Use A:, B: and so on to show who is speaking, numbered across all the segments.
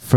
A: for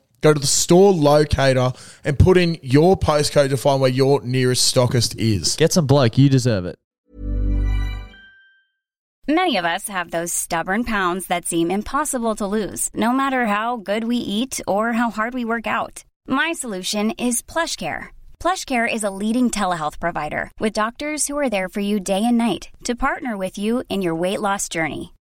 B: go to the store locator and put in your postcode to find where your nearest stockist is.
A: Get some bloke. You deserve it.
C: Many of us have those stubborn pounds that seem impossible to lose, no matter how good we eat or how hard we work out. My solution is PlushCare. PlushCare is a leading telehealth provider with doctors who are there for you day and night to partner with you in your weight loss journey.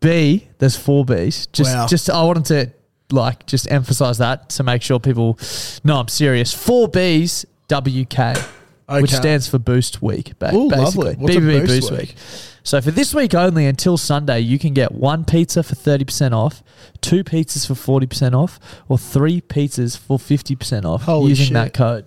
A: B, there's four B's. Just,
B: Wow.
A: just I wanted to like just emphasize that to make sure people know I'm serious. Four B's WK, which
B: Okay.
A: stands for Boost Week. Ba-
B: Ooh,
A: basically,
B: lovely. What's a
A: BBB
B: Boost
A: Boost,
B: Week?
A: week? So for this week only, until Sunday, you can get one pizza for thirty percent off, two pizzas for forty percent off, or three pizzas for fifty percent off
B: Holy
A: using
B: shit.
A: that code.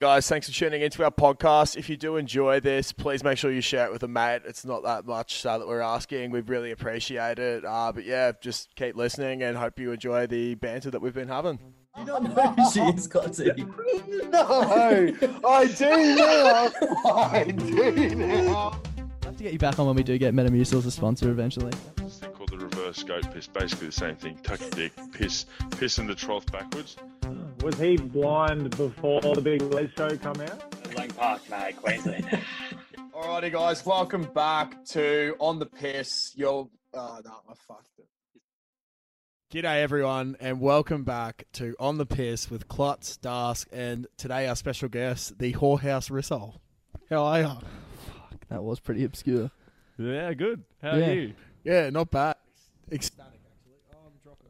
D: Guys, thanks for tuning into our podcast. If you do enjoy this, please make sure you share it with a mate. It's not that much uh, that we're asking. We really appreciate it. Uh, but yeah, just keep listening and hope you enjoy the banter that we've been having.
E: she is Cotty.
D: I do now.
E: I have to get you back on when we do get Metamucil as a sponsor eventually.
F: this thing called the reverse goat piss. Basically the same thing. Tuck your dick, piss, piss in the trough backwards.
G: Was he blind before the big Les show come out?
H: Lang Park, no, Queensland.
D: Alrighty, guys, welcome back to On the Piss. You're. Oh, no, I fucked it. G'day, everyone, and welcome back to On the Piss with Klutz, Dask, and today our special guest, the Whorehouse Rissole. How are you?
E: That was pretty obscure.
I: Yeah, good. How
E: Yeah.
I: are you?
D: Yeah, not bad. Ecstatic, actually. Oh, I'm dropping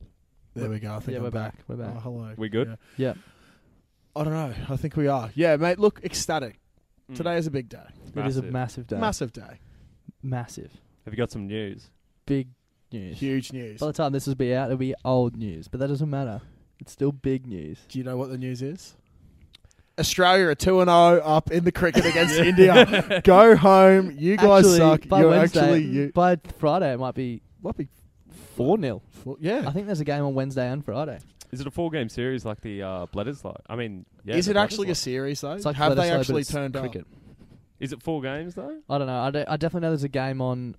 D: it. There we go. I think
E: Yeah,
D: I'm
E: we're
D: back.
E: back. We're
D: Oh,
E: back.
D: hello.
I: We good?
D: Yeah.
E: Yeah.
D: I don't know. I think we are. Yeah, mate. Look, ecstatic.
I: Mm.
D: Today is a big day.
E: It is a
I: Massive.
E: massive day.
D: Massive day.
E: Massive.
I: Have you got some news?
E: Big news.
D: Huge news.
E: By the time this will be out, it'll be old news, but that doesn't matter. It's still big news.
D: Do you know what the news is? Australia are 2 and 0 up in the cricket against India. Go home. You guys
E: Actually,
D: suck.
E: By
D: You're
E: Wednesday, mm,
D: actually you.
E: by Friday, it might be might be four 0
D: Well, yeah.
E: I think there's a game on Wednesday and Friday.
I: Is it a four game series like the uh, Bledisloe? I mean, yeah.
D: is
I: the
D: it actually
I: Bledisloe.
D: a series though?
E: It's like
D: Have they
E: Bledisloe, but
D: actually
E: it's
D: turned
E: cricket.
D: up?
I: Is it four games though?
E: I don't know. I, de- I definitely know there's a game on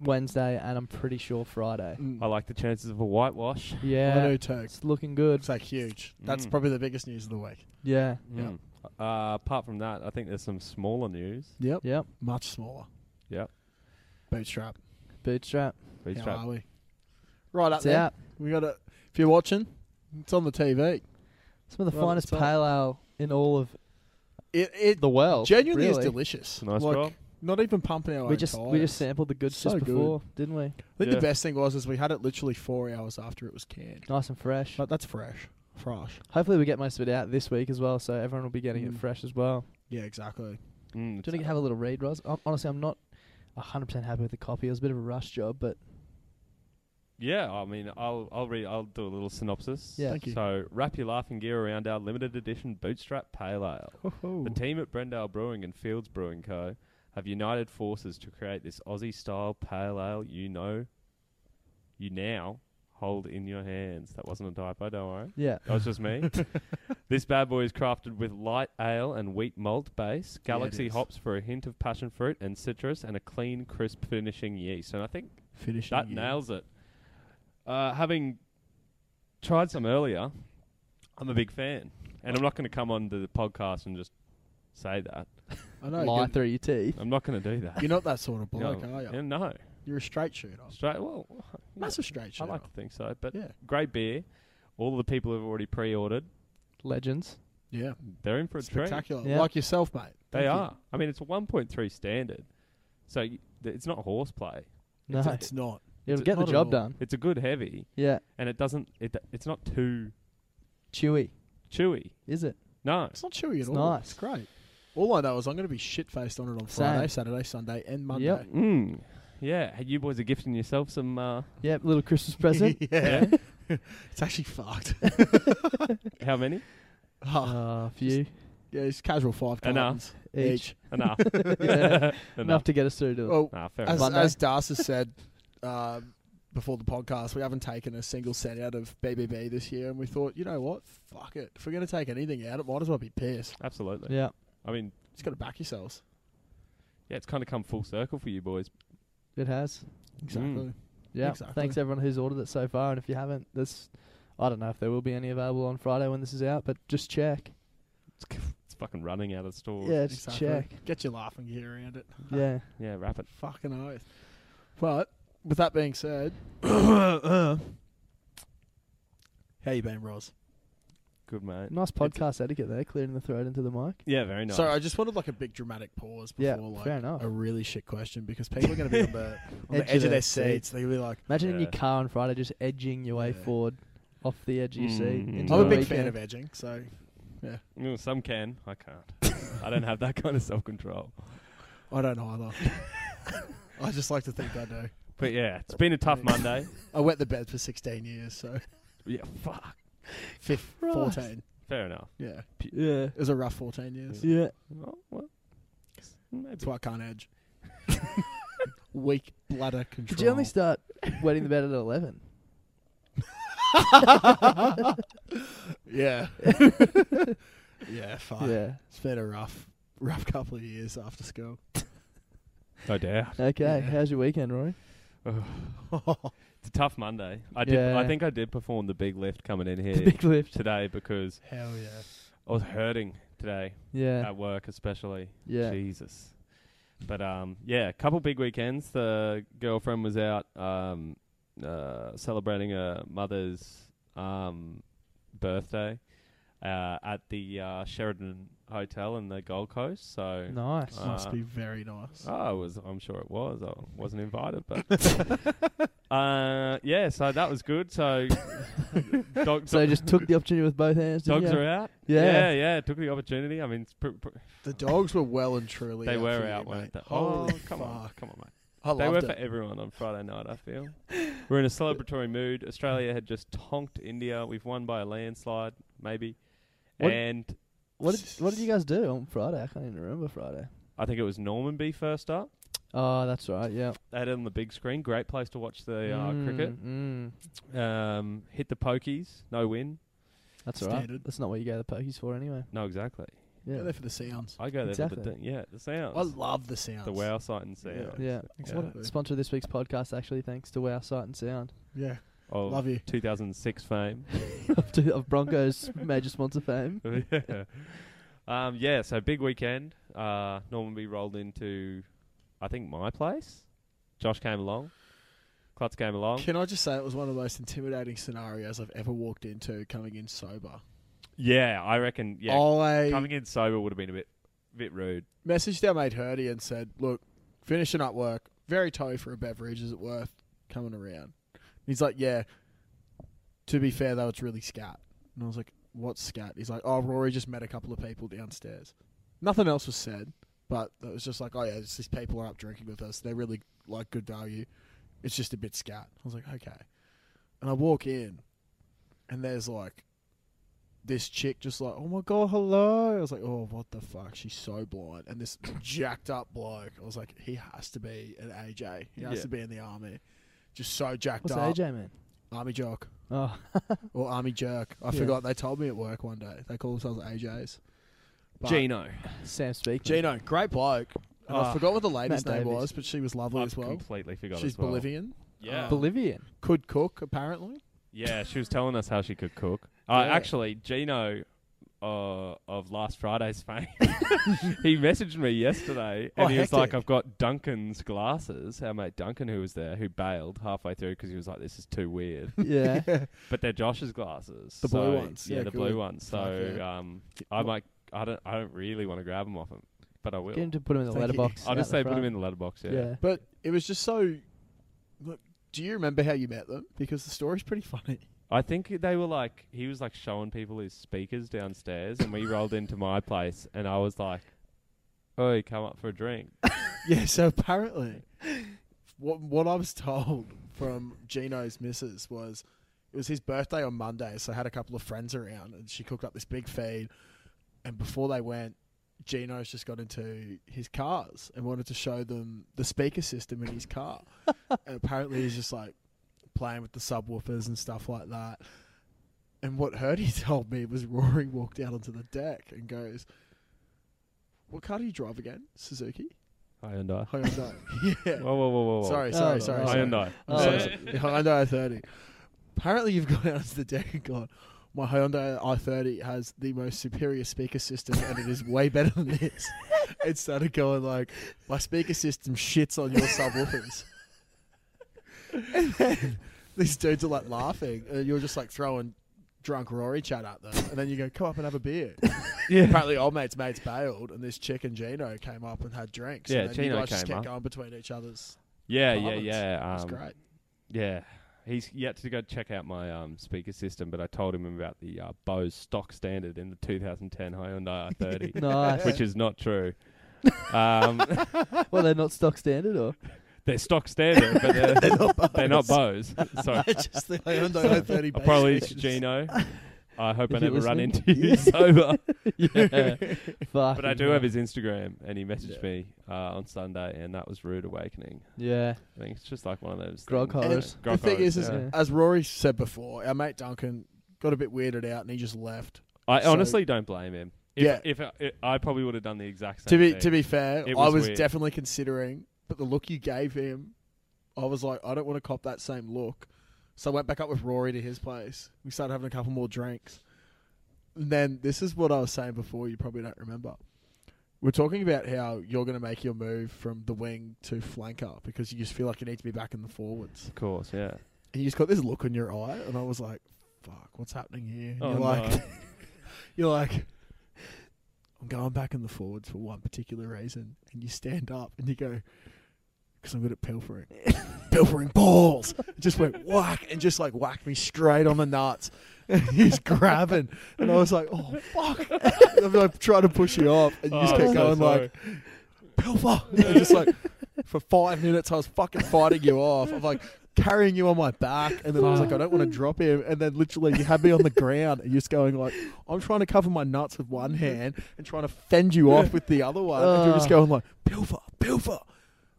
E: Wednesday, and I'm pretty sure Friday.
D: Mm.
I: I like the chances of a whitewash.
E: Yeah,
D: I do too.
E: it's looking good.
D: It's like huge. That's
I: Mm.
D: probably the biggest news of the week.
E: Yeah,
D: Yeah.
I: Mm. Uh, apart from that, I think there's some smaller news.
D: Yep.
E: yep.
D: Much smaller.
I: Yep.
D: Bootstrap.
E: Bootstrap.
I: Beach
D: How
I: trap.
D: are we? Right up
E: It's
D: there.
E: out.
D: We got it. If you're watching, it's on the TV.
E: Some of the
D: Well,
E: finest
D: so-
E: pale ale in all of
D: It, it
E: the world.
D: genuinely is
E: really.
D: delicious.
I: It's a nice
D: like,
I: roll.
D: Not even pumping our
E: We
D: own
E: just we
D: tyres.
E: just sampled the goods
D: So
E: just
D: good.
E: before, didn't we?
D: I think
I: Yeah.
D: the best thing was is we had it literally four hours after it was canned.
E: Nice and fresh.
D: But that's fresh. Fresh.
E: Hopefully we get most of it out this week as well, so everyone will be getting
D: Mm.
E: it fresh as well.
D: Yeah, exactly.
I: Mm,
E: Do you want to have a little read, Roz? i honestly, I'm not 100% happy with the copy. It was a bit of a rush job, but
I: Yeah, I mean, I'll I'll read. I'll do a little synopsis.
E: Yeah.
D: Thank you.
I: So wrap your laughing gear around our limited edition bootstrap pale ale. The team at Brendale Brewing and Fields Brewing Co. have united forces to create this Aussie style pale ale you know, you now hold in your hands. That wasn't a typo, don't worry.
E: yeah.
I: That was just me. this bad boy is crafted with light ale and wheat malt base, galaxy
D: is.
I: hops for a hint of passion fruit and citrus, and a clean, crisp finishing yeast. And I think
D: Finishing.
I: that
D: you.
I: nails it. Uh, having tried some earlier, I'm a big fan, and I'm not going to come on to the podcast and just say that.
D: I know.
E: Lie
D: You're,
E: through your teeth.
I: I'm not going to do that.
D: you're not that sort of
I: No.
D: bloke, are you?
I: Yeah, no,
D: You're a straight shooter.
I: straight. Well, yeah,
D: That's a straight
I: I
D: shooter.
I: like to think so, but
D: yeah.
I: great beer. All the people who've already pre-ordered,
E: Legends.
D: Yeah.
I: they're in for a treat.
D: Spectacular.
E: Yeah.
D: Like yourself, mate. Thank
I: They
D: you.
I: are. I mean, it's a 1.3 standard, so y- th- it's not horseplay.
E: No.
D: It's, it's not.
E: It'll
I: it's
E: get the
D: not at all.
E: job done.
I: It's a good heavy,
E: Yeah.
I: and it doesn't. It it's not too
E: Chewy,
I: chewy.
E: is it?
I: No,
D: It's not chewy at
E: It's
D: all.
E: nice.
D: It's great. All I know is I'm going to be shit faced on it on
E: Same.
D: Friday, Saturday, Sunday, and Monday.
E: Yep.
I: Mm. Yeah, hey, you boys are gifting yourself some. Uh,
E: Yeah, little Christmas present.
D: yeah. it's actually fucked.
I: how many?
D: Oh,
E: uh, for you.
D: yeah, it's casual five
I: Enough.
D: times
E: Each.
D: each. Oh,
I: Enough.
E: Yeah.
I: Enough.
E: Enough to get us through to the
D: Well,
I: Nah, fair
D: as,
I: enough.
E: Monday.
D: as Das has said um, before the podcast, we haven't taken a single cent out of BBB this year, and we thought, you know what? Fuck it. If we're going to take anything out, it might as well be piss.
I: Absolutely.
E: Yeah.
I: I mean,
D: Just got to back yourselves.
I: yeah, it's kind of come full circle for you boys.
E: It has.
D: Exactly.
I: Mm.
E: Yeah.
D: Exactly.
E: Thanks everyone who's ordered it so far. And if you haven't, this I don't know if there will be any available on Friday when this is out, but just check.
I: It's, c- it's fucking running out of stores.
E: Yeah, just
D: Exactly.
E: check.
D: Get your laughing gear around it.
E: Yeah.
I: Yeah, wrap it.
D: Fucking oath. But with that being said, how you been, Roz?
I: Good mate.
E: Nice podcast etiquette there, clearing the throat into the mic.
I: Yeah, very nice.
D: Sorry, I just wanted like a big dramatic pause before
E: Yeah,
D: like
E: fair enough.
D: a really shit question because people are going to be on the, on the edge of their seats. They'll be like,
E: Imagine in
I: Yeah.
E: your car on Friday just edging your way
D: Yeah.
E: forward off the edge of your seat.
I: Mm.
E: into
D: "I'm a
E: the
D: big
E: weekend.
D: fan of edging." So
I: Mm, some can. I can't. I don't have that kind of self control.
D: I don't either. I just like to think I do.
I: But yeah, it's been a tough
D: Thanks.
I: Monday.
D: I wet the bed for 16 years, so
I: Yeah, fuck.
D: fifth,
E: Christ.
D: 14.
I: Fair enough.
D: Yeah,
E: Yeah.
D: it was a rough 14 years.
E: Yeah.
I: Oh, well, maybe.
D: That's why I can't edge. Weak bladder control.
E: Did you only start wetting the bed at eleven?
D: Yeah. yeah, fine.
E: Yeah.
D: It's been a rough, rough couple of years after school.
I: No doubt.
E: Okay.
D: Yeah.
E: How's your weekend, Rory?
I: It's a tough Monday. I did.
E: Yeah.
I: I think I did perform the big lift coming in
E: The
I: here
E: big lift.
I: today because
D: Hell yeah.
I: I was hurting today
E: Yeah.
I: at work, especially.
E: Yeah.
I: Jesus. But um, yeah, a couple big weekends. The girlfriend was out um, uh, celebrating her mother's um, birthday uh, at the uh, Sheridan Hotel in the Gold Coast. So
E: Nice.
I: Uh,
D: Must be very nice.
I: Oh, I was. I'm sure it was. I wasn't invited, but uh, yeah. So that was good. So dog,
E: so you just took the opportunity with both hands. didn't
I: dogs
E: you?
I: are out. yeah,
E: Yeah.
I: yeah, Took the opportunity. I mean, it's pr- pr-
D: The dogs were well and truly
I: they
D: out
I: were
D: for you,
I: out,
D: mate.
I: weren't they?
D: Holy
I: oh, come
D: fuck.
I: on, come on, mate.
D: I
I: They were
D: loved
I: for
D: it.
I: everyone on Friday night. I feel we're in a celebratory mood. Australia had just tonked India. We've won by a landslide, maybe,
E: What-
I: and
E: What did What did you guys do on Friday? I can't even remember Friday.
I: I think it was Normanby first up.
E: Oh, that's right. Yeah.
I: They had it on the big screen. Great place to watch the uh, cricket.
E: Mm.
I: Um, hit the pokies. No win.
E: That's all right.
D: Standard.
E: That's not what you go to the pokies for anyway.
I: No, exactly.
D: Go
E: Yeah.
D: there for the sounds.
I: I go there for the
E: Exactly.
I: thing. Yeah, the sounds.
D: I love the sounds.
I: the wow sight and
D: Yeah.
I: sound.
E: Yeah.
D: Exactly.
E: Sponsor of this week's podcast actually thanks to Wow Sight and Sound
D: Yeah.
I: Of
D: Love you.
I: 2006 fame.
E: of, to- of Broncos major sponsor fame.
I: yeah. Um, yeah, so big weekend. Uh, Normanby rolled into, I think, my place. Josh came along. Klutz came along.
D: Can I just say it was one of the most intimidating scenarios I've ever walked into coming in sober.
I: Yeah, I reckon. Yeah,
D: I
I: coming in sober would have been a bit, bit rude.
D: messaged our mate Hurdy and said, "Look, finishing up work, very toe for a beverage. Is it worth coming around?" He's like, "Yeah." To be fair, though, it's really scat. And I was like, "What's scat?" He's like, "Oh, Rory just met a couple of people downstairs. Nothing else was said, but it was just like, oh yeah, it's these people are up drinking with us. They're really like good value. It's just a bit scat." I was like, "Okay," and I walk in, and there's like this chick just like, oh my god, hello. I was like, oh, what the fuck? She's so blind. And this jacked up bloke, I was like, he has to be an AJ. He has
I: Yeah.
D: to be in the army. Just so jacked
E: What's
D: up.
E: AJ man?
D: Army jock
E: Oh,
D: or army jerk. I
E: Yeah.
D: forgot. They told me at work one day. They call themselves AJs. But-
I: Gino,
E: Sam Speakman.
D: Gino, great bloke. And I
I: Ah,
D: forgot what the lady's
E: Matt
D: name
E: Davies.
D: was, but she was lovely
I: I've
D: as well.
I: completely forgot.
D: She's
I: as well.
D: Bolivian.
I: Yeah,
E: Bolivian.
D: Could cook, apparently.
I: yeah. She was telling us how she could cook.
D: Yeah.
I: Uh, Actually, Gino. Uh, of last Friday's fame, he messaged me yesterday
D: Oh,
I: and he was like,
D: hectic.
I: "I've got Duncan's glasses." Our mate Duncan, who was there, who bailed halfway through because he was like, "This is too weird."
E: Yeah.
I: But they're Josh's glasses.
D: The blue
I: so-
D: ones.
I: Yeah,
D: Yeah,
I: the
D: cool.
I: blue ones. So
D: Fuck,
I: um, I might. I don't. I don't really want to grab them off him, but I will.
E: Get him to put him in the
D: Thank you.
E: letterbox.
I: I'll just say
E: out
I: put them in
E: front.
I: the letterbox. Yeah.
E: Yeah.
D: But it was just so. Look, do you remember how you met them? Because the story's pretty funny.
I: I think they were like he was like showing people his speakers downstairs, and we rolled into my place, and I was like, "Oh, come up for a drink."
D: Yeah, so apparently, what what I was told from Gino's missus was it was his birthday on Monday, so I had a couple of friends around, and she cooked up this big feed. And before they went, Gino's just got into his cars and wanted to show them the speaker system in his car. and apparently, he's just like playing with the subwoofers and stuff like that. And what Hurdy told me was Rory walked out onto the deck and goes, "What car do you drive again? Suzuki."
I: Hyundai.
D: Hyundai.
I: Whoa,
D: yeah.
I: whoa, whoa, whoa, whoa.
D: Sorry, sorry,
E: Oh,
D: sorry.
E: oh.
D: sorry. Uh,
I: Hyundai.
E: Oh.
D: Sorry, sorry. Hyundai i30. Apparently, you've gone out to the deck and gone, my Hyundai i30 has the most superior speaker system and it is way better than this. It started going like, my speaker system shits on your subwoofers. and then these dudes are like laughing and you're just like throwing drunk Rory chat at them. And then you go, come up and have a beer.
I: Yeah.
D: Apparently, old mate's mates bailed and this chick and Gino came up and had drinks.
I: Yeah,
D: and then you
I: Gino
D: guys just
I: came
D: kept
I: up.
D: going between each other's
I: Yeah. Yeah.
D: Parliaments.
I: Yeah.
D: That's
I: Um,
D: great.
I: Yeah. He's yet to go check out my um, speaker system, but I told him about the uh, Bose stock standard in the 2010 Hyundai i30,
E: Nice.
I: which is not true. Um,
E: well, they're not stock standard, or
I: they're stock standard, but they're, they're not Bose. Sorry.
D: Just the Hyundai i30
I: I probably
D: base stations.
I: Gino. I hope I
E: If you're
I: never run into
E: listening.
I: you sober. Yeah.
E: fuck.
I: But I do have his Instagram, and he messaged me uh, on Sunday, and that was rude awakening.
E: Yeah.
I: I think it's just like one of those
E: Grog
I: things, you know.
E: horrors.
D: The
I: Grog
D: thing
I: horrors,
D: is, is
I: yeah.
E: yeah.
D: as Rory said before, our mate Duncan got a bit weirded out and he just left.
I: I
D: so-
I: honestly don't blame him. If,
D: Yeah.
I: if I, I probably would have done the exact
D: To
I: same.
D: be
I: thing.
D: to be fair,
I: It
D: I
I: was
D: was
I: weird.
D: definitely considering, but the look you gave him, I was like, I don't want to cop that same look. So I went back up with Rory to his place. We started having a couple more drinks. And then this is what I was saying before. You probably don't remember. We're talking about how you're going to make your move from the wing to flanker because you just feel like you need to be back in the forwards.
I: of course, yeah.
D: and you just got this look on your eye, and I was like, "Fuck, what's happening here?" And
I: Oh,
D: you're like,
I: no.
D: "You're like, I'm going back in the forwards for one particular reason," and you stand up and you go, "Because I'm good at pilfering, pilfering balls." It just went whack and just like whacked me straight on the nuts. And he's grabbing, and I was like, "Oh fuck!" And I'm like trying to push you off, and you just
I: Oh,
D: kept
I: I'm so
D: going like,
I: sorry.
D: pilfer. And just like for five minutes, I was fucking fighting you off. I'm like carrying you on my back, and then I was like, I don't want to drop him. And then literally, you had me on the ground, and you're just going like, I'm trying to cover my nuts with one hand and trying to fend you off with the other one. and you're just
E: Ugh.
D: going like, pilfer, pilfer.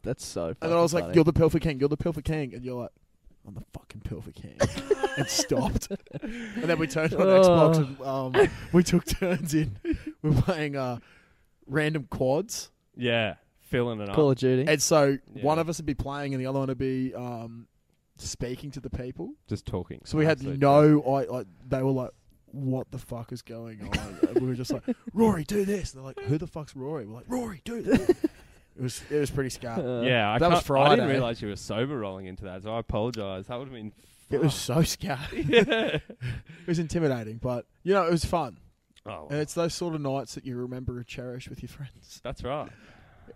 E: That's so.
D: And then I was like,
E: fucking
D: You're the pilfer king. You're the pilfer king. And you're like. I'm the fucking pilfer king. and stopped. And then we turned on
E: Oh.
D: Xbox and um, we took turns in. We're playing uh, random quads.
I: Yeah, filling it
E: funny.
I: up.
E: Call of Duty.
D: And so
I: Yeah.
D: one of us would be playing, and the other one would be um, speaking to the people.
I: Just talking.
D: So we had
I: Absolute
D: no, I like they were like, "What the fuck is going on?" And we were just like, "Rory, do this." And they're like, "Who the fuck's Rory?" We're like, "Rory, do this." it was it was pretty scat.
E: Uh,
I: Yeah, I,
D: That was
I: can't- I didn't
D: Friday.
I: realize you were sober rolling into that, so I apologize. That would have been.
D: It was so scat. it
I: yeah.
D: was intimidating, but you know it was fun.
I: Oh,
D: And it's those sort of nights that you remember and cherish with your friends.
I: that's right.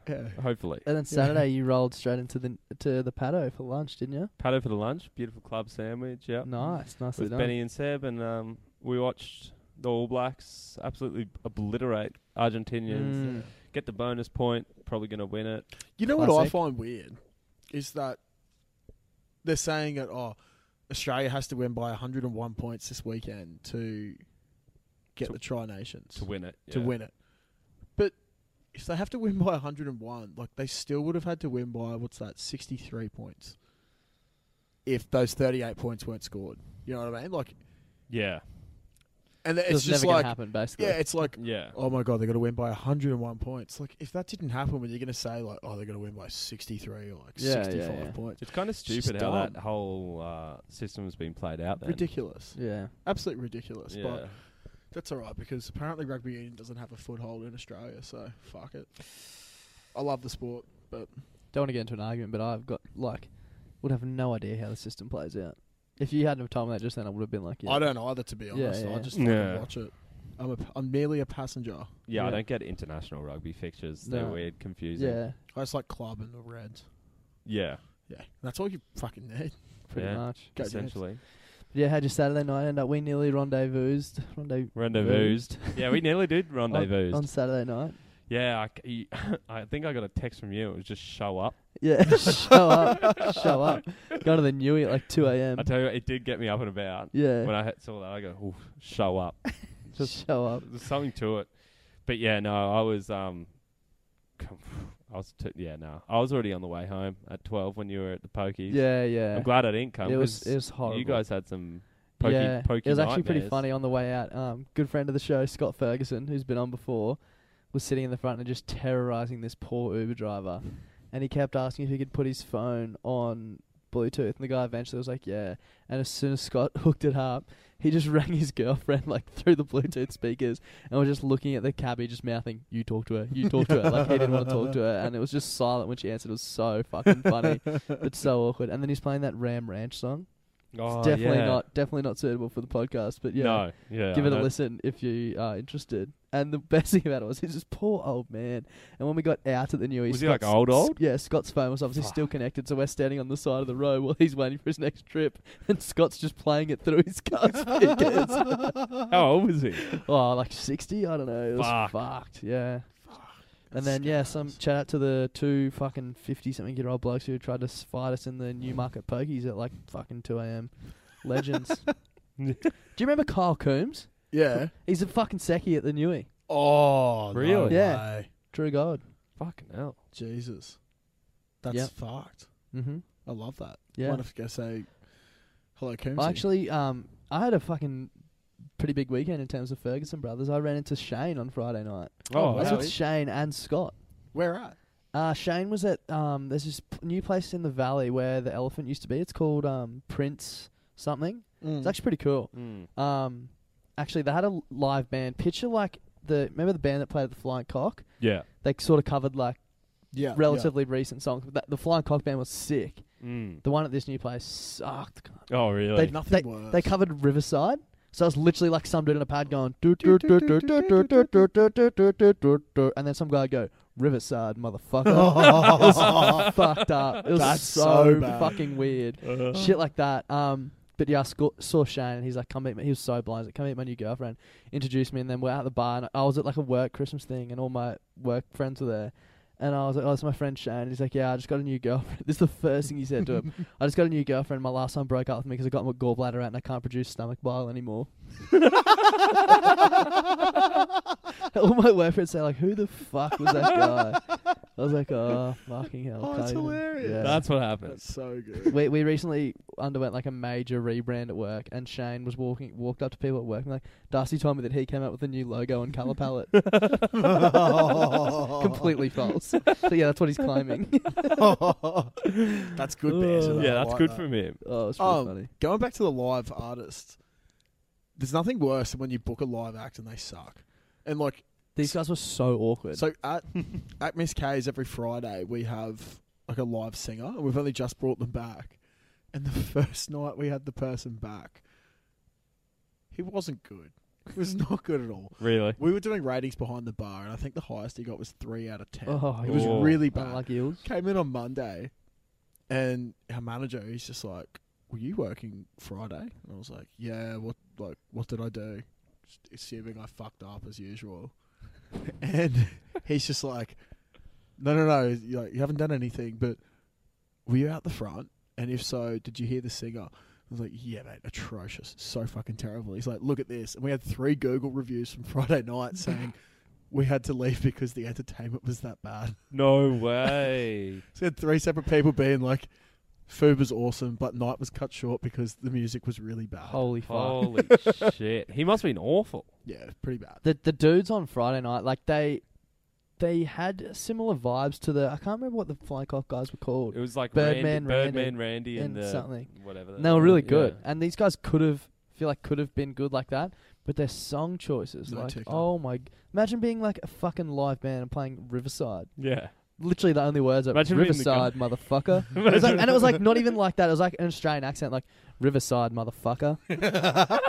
D: Yeah.
I: Hopefully.
E: And then Saturday you rolled straight into the to the paddo for lunch, didn't you?
I: Paddo for the lunch. Beautiful club sandwich. Yeah.
E: Nice, nicely
I: with
E: done.
I: Benny and Seb, and um, we watched the All Blacks absolutely obliterate Argentinians.
E: Mm.
I: Get the bonus point. Probably going to win it.
D: You know what I
E: Classic.
D: find weird is that they're saying that oh, Australia has to win by 101 points this weekend to get
I: To-
D: the Tri Nations
I: To win it.
D: to
I: yeah.
D: win it. But if they have to win by 101, like they still would have had to win by what's that 63 points if those 38 points weren't scored. You know what I mean? Like,
I: Yeah.
D: and it's
E: It's
D: just
E: never
D: like
E: gonna happen, basically.
D: yeah, it's like
I: Yeah.
D: oh my god, they're going to win by 101 points. Like, if that didn't happen, were you going to say, like, oh, they're going to win by 63 or like
E: Yeah, yeah,
D: 65
E: yeah.
D: points?
I: It's kind of
D: just
I: stupid how that
D: dumb.
I: whole uh, system has been played out. Then.
D: Ridiculous.
E: yeah.
D: Absolutely ridiculous.
I: Yeah.
D: But that's all right because apparently rugby union doesn't have a foothold in Australia, so fuck it. I love the sport, but
E: Don't want to get into an argument, but I've got like would have no idea how the system plays out. If you hadn't have told me that just then, I would have been like, yeah,
D: I don't either, to be
E: Yeah,
D: honest.
E: yeah.
D: I just fucking
I: Yeah.
D: watch it. I'm, a, I'm merely a passenger.
I: yeah, I
E: Yeah.
I: don't get international rugby fixtures. They're
E: No.
I: weird, confusing.
E: yeah,
D: I just like club and the Reds.
I: Yeah.
D: Yeah, that's all you fucking need.
E: pretty
I: Yeah.
E: much.
D: Go Jets.
I: Essentially.
E: But yeah, how'd your Saturday night end up? We nearly rendezvoused, rendezvous
I: Rendezvoused. yeah, we nearly did
E: on,
I: rendezvous.
E: on Saturday night.
I: yeah, I, c- you- I think I got a text from you. It was just show up.
E: Yeah, show up, show up. Go to the Newey at like two a.m.
I: I tell you, what, it did get me up and about.
E: Yeah,
I: When I had- saw that, I go, Oof, show up.
E: just show up.
I: There's something to it. But yeah, no, I was um, I was t- yeah, no, I was already on the way home at twelve when you were at the pokies.
E: Yeah, yeah.
I: I'm glad I didn't come.
E: It was
I: 'cause
E: it was horrible.
I: You guys had some pokey,
E: yeah,
I: pokey
E: it was actually pretty
I: nightmares.
E: funny on the way out. Um, good friend of the show, Scott Ferguson, who's been on before, was sitting in the front and just terrorizing this poor Uber driver, and he kept asking if he could put his phone on Bluetooth, and the guy eventually was like, "Yeah." And as soon as Scott hooked it up, he just rang his girlfriend like through the Bluetooth speakers, and was just looking at the cabbie, just mouthing, "You talk to her, you talk to her." Like he didn't want to talk to her, and it was just silent when she answered. It was so fucking funny, but so awkward. And then he's playing that Ram Ranch song.
I: Oh,
E: It's definitely
I: yeah.
E: not definitely not suitable for the podcast, but yeah.
I: No, yeah.
E: Give
I: I
E: it a
I: know.
E: listen if you are interested. And the best thing about it was he's this poor old man. And when we got out at the new
I: Was he, like, old, old?
E: Yeah, Scott's phone was obviously still connected, so we're standing on the side of the road while he's waiting for his next trip, and Scott's just playing it through his car speakers.
I: How old was he?
E: oh, like sixty? I don't know. It was
I: Fuck.
E: fucked. Yeah. And then yeah, some shout out to the two fucking fifty something year old blokes who tried to s- fight us in the Newmarket Pokies at like fucking two a.m. Legends. Do you remember Kyle Coombs?
D: Yeah.
E: He's a fucking secchi at the Newey.
D: Oh, no
I: Really?
E: Yeah.
D: way.
E: True God.
I: Fucking hell.
D: Jesus, that's
E: Yep.
D: fucked.
E: Mm-hmm.
D: I love that.
E: Yeah.
D: Might have to go say hello, Coombsy.
E: I actually, um, I had a fucking pretty big weekend in terms of Ferguson brothers. I ran into Shane on Friday night.
I: Oh,
E: That's
I: hell.
E: with Shane and Scott.
D: Where at?
E: Uh, Shane was at um, there's this p- new place in the valley where the elephant used to be. It's called um, Prince something.
D: Mm.
E: It's actually pretty cool.
I: Mm.
E: Um, actually, they had a l- live band. Picture like the remember the band that played at the Flying Cock.
I: Yeah.
E: They sort of covered like
D: yeah, yeah.
E: relatively recent songs. But that, the Flying Cock band was sick.
I: Mm.
E: The one at this new place sucked. cunt.
I: Oh, really?
E: They-
D: Nothing worse.
E: They covered Riverside. So it's literally like some dude in a pad going, "Doo, doo, doo, doo, doo, doo, doo, doo, doo, doo, doo, doo, doo, doo," and then some guy would go, Riverside, motherfucker. it was fucked up. It was
D: That's
E: so,
D: so bad.
E: fucking weird. Shit like that. Um, but yeah, I sco- saw Shane and he's like, come meet me. He was so blind. He's like, come meet my new girlfriend. Introduced me and then we're out at the bar and I was at like a work Christmas thing and all my work friends were there. And I was like, oh, it's my friend Shane. He's like, yeah, I just got a new girlfriend. This is the first thing he said to him. I just got a new girlfriend. My last one broke up with me because I got my gallbladder out and I can't produce stomach bile anymore. all my work friends say, like, who the fuck was that guy? I was like, oh, fucking hell.
D: Oh, it's
E: can't even-
D: hilarious.
E: Yeah.
I: That's what happened.
D: That's so good.
E: We we recently underwent like a major rebrand at work, and Shane was walking walked up to people at work and like Darcy told me that he came up with a new logo and color palette. Completely false. So yeah, that's what he's claiming.
D: that's good, Bears.
E: Oh.
D: I
I: Yeah, that's
D: like
I: good
D: that.
I: from him.
E: oh, it's pretty
D: Um,
E: funny.
D: Going back to the live artist, there's nothing worse than when you book a live act and they suck. And like,
E: These guys were so awkward.
D: so at at Miss K's every Friday we have like a live singer, and we've only just brought them back. And the first night we had the person back, he wasn't good. It was not good at all.
I: Really?
D: We were doing ratings behind the bar, and I think the highest he got was three out of ten.
E: Oh,
D: it was
I: yeah.
D: really bad.
E: Unlucky Eels.
D: Came in on Monday, and our manager, he's just like, "Were you working Friday?" And I was like, "Yeah. What like what did I do?" Just assuming I fucked up as usual. and he's just like, "No, no, no. You, like, you haven't done anything, but were you out the front? And if so, did you hear the singer?" I was like, yeah, mate, atrocious. So fucking terrible. He's like, look at this. And we had three Google reviews from Friday night saying we had to leave because the entertainment was that bad.
I: No way.
D: So we had three separate people being like, food was awesome, but night was cut short because the music was really bad.
E: Holy fuck.
I: Holy shit. He must have been awful.
D: Yeah, pretty bad.
E: the the dudes on Friday night, like they they had similar vibes to the I can't remember what the fly cock guys were called.
I: It was like
E: Birdman
I: Birdman,
E: Randy.
I: Randy, Birdman Randy, and,
E: And
I: the
E: something.
I: whatever.
E: And they were really
I: Yeah.
E: good, and these guys could have feel like could have been good like that, but their song choices,
D: No
E: like
D: ticker.
E: oh my, g- imagine being like a fucking live band and playing Riverside.
I: Yeah.
E: Literally the only words that
I: Imagine being the guy-
E: Riverside, motherfucker. It was like, and it was like not even like that. It was like an Australian accent, like Riverside, motherfucker. it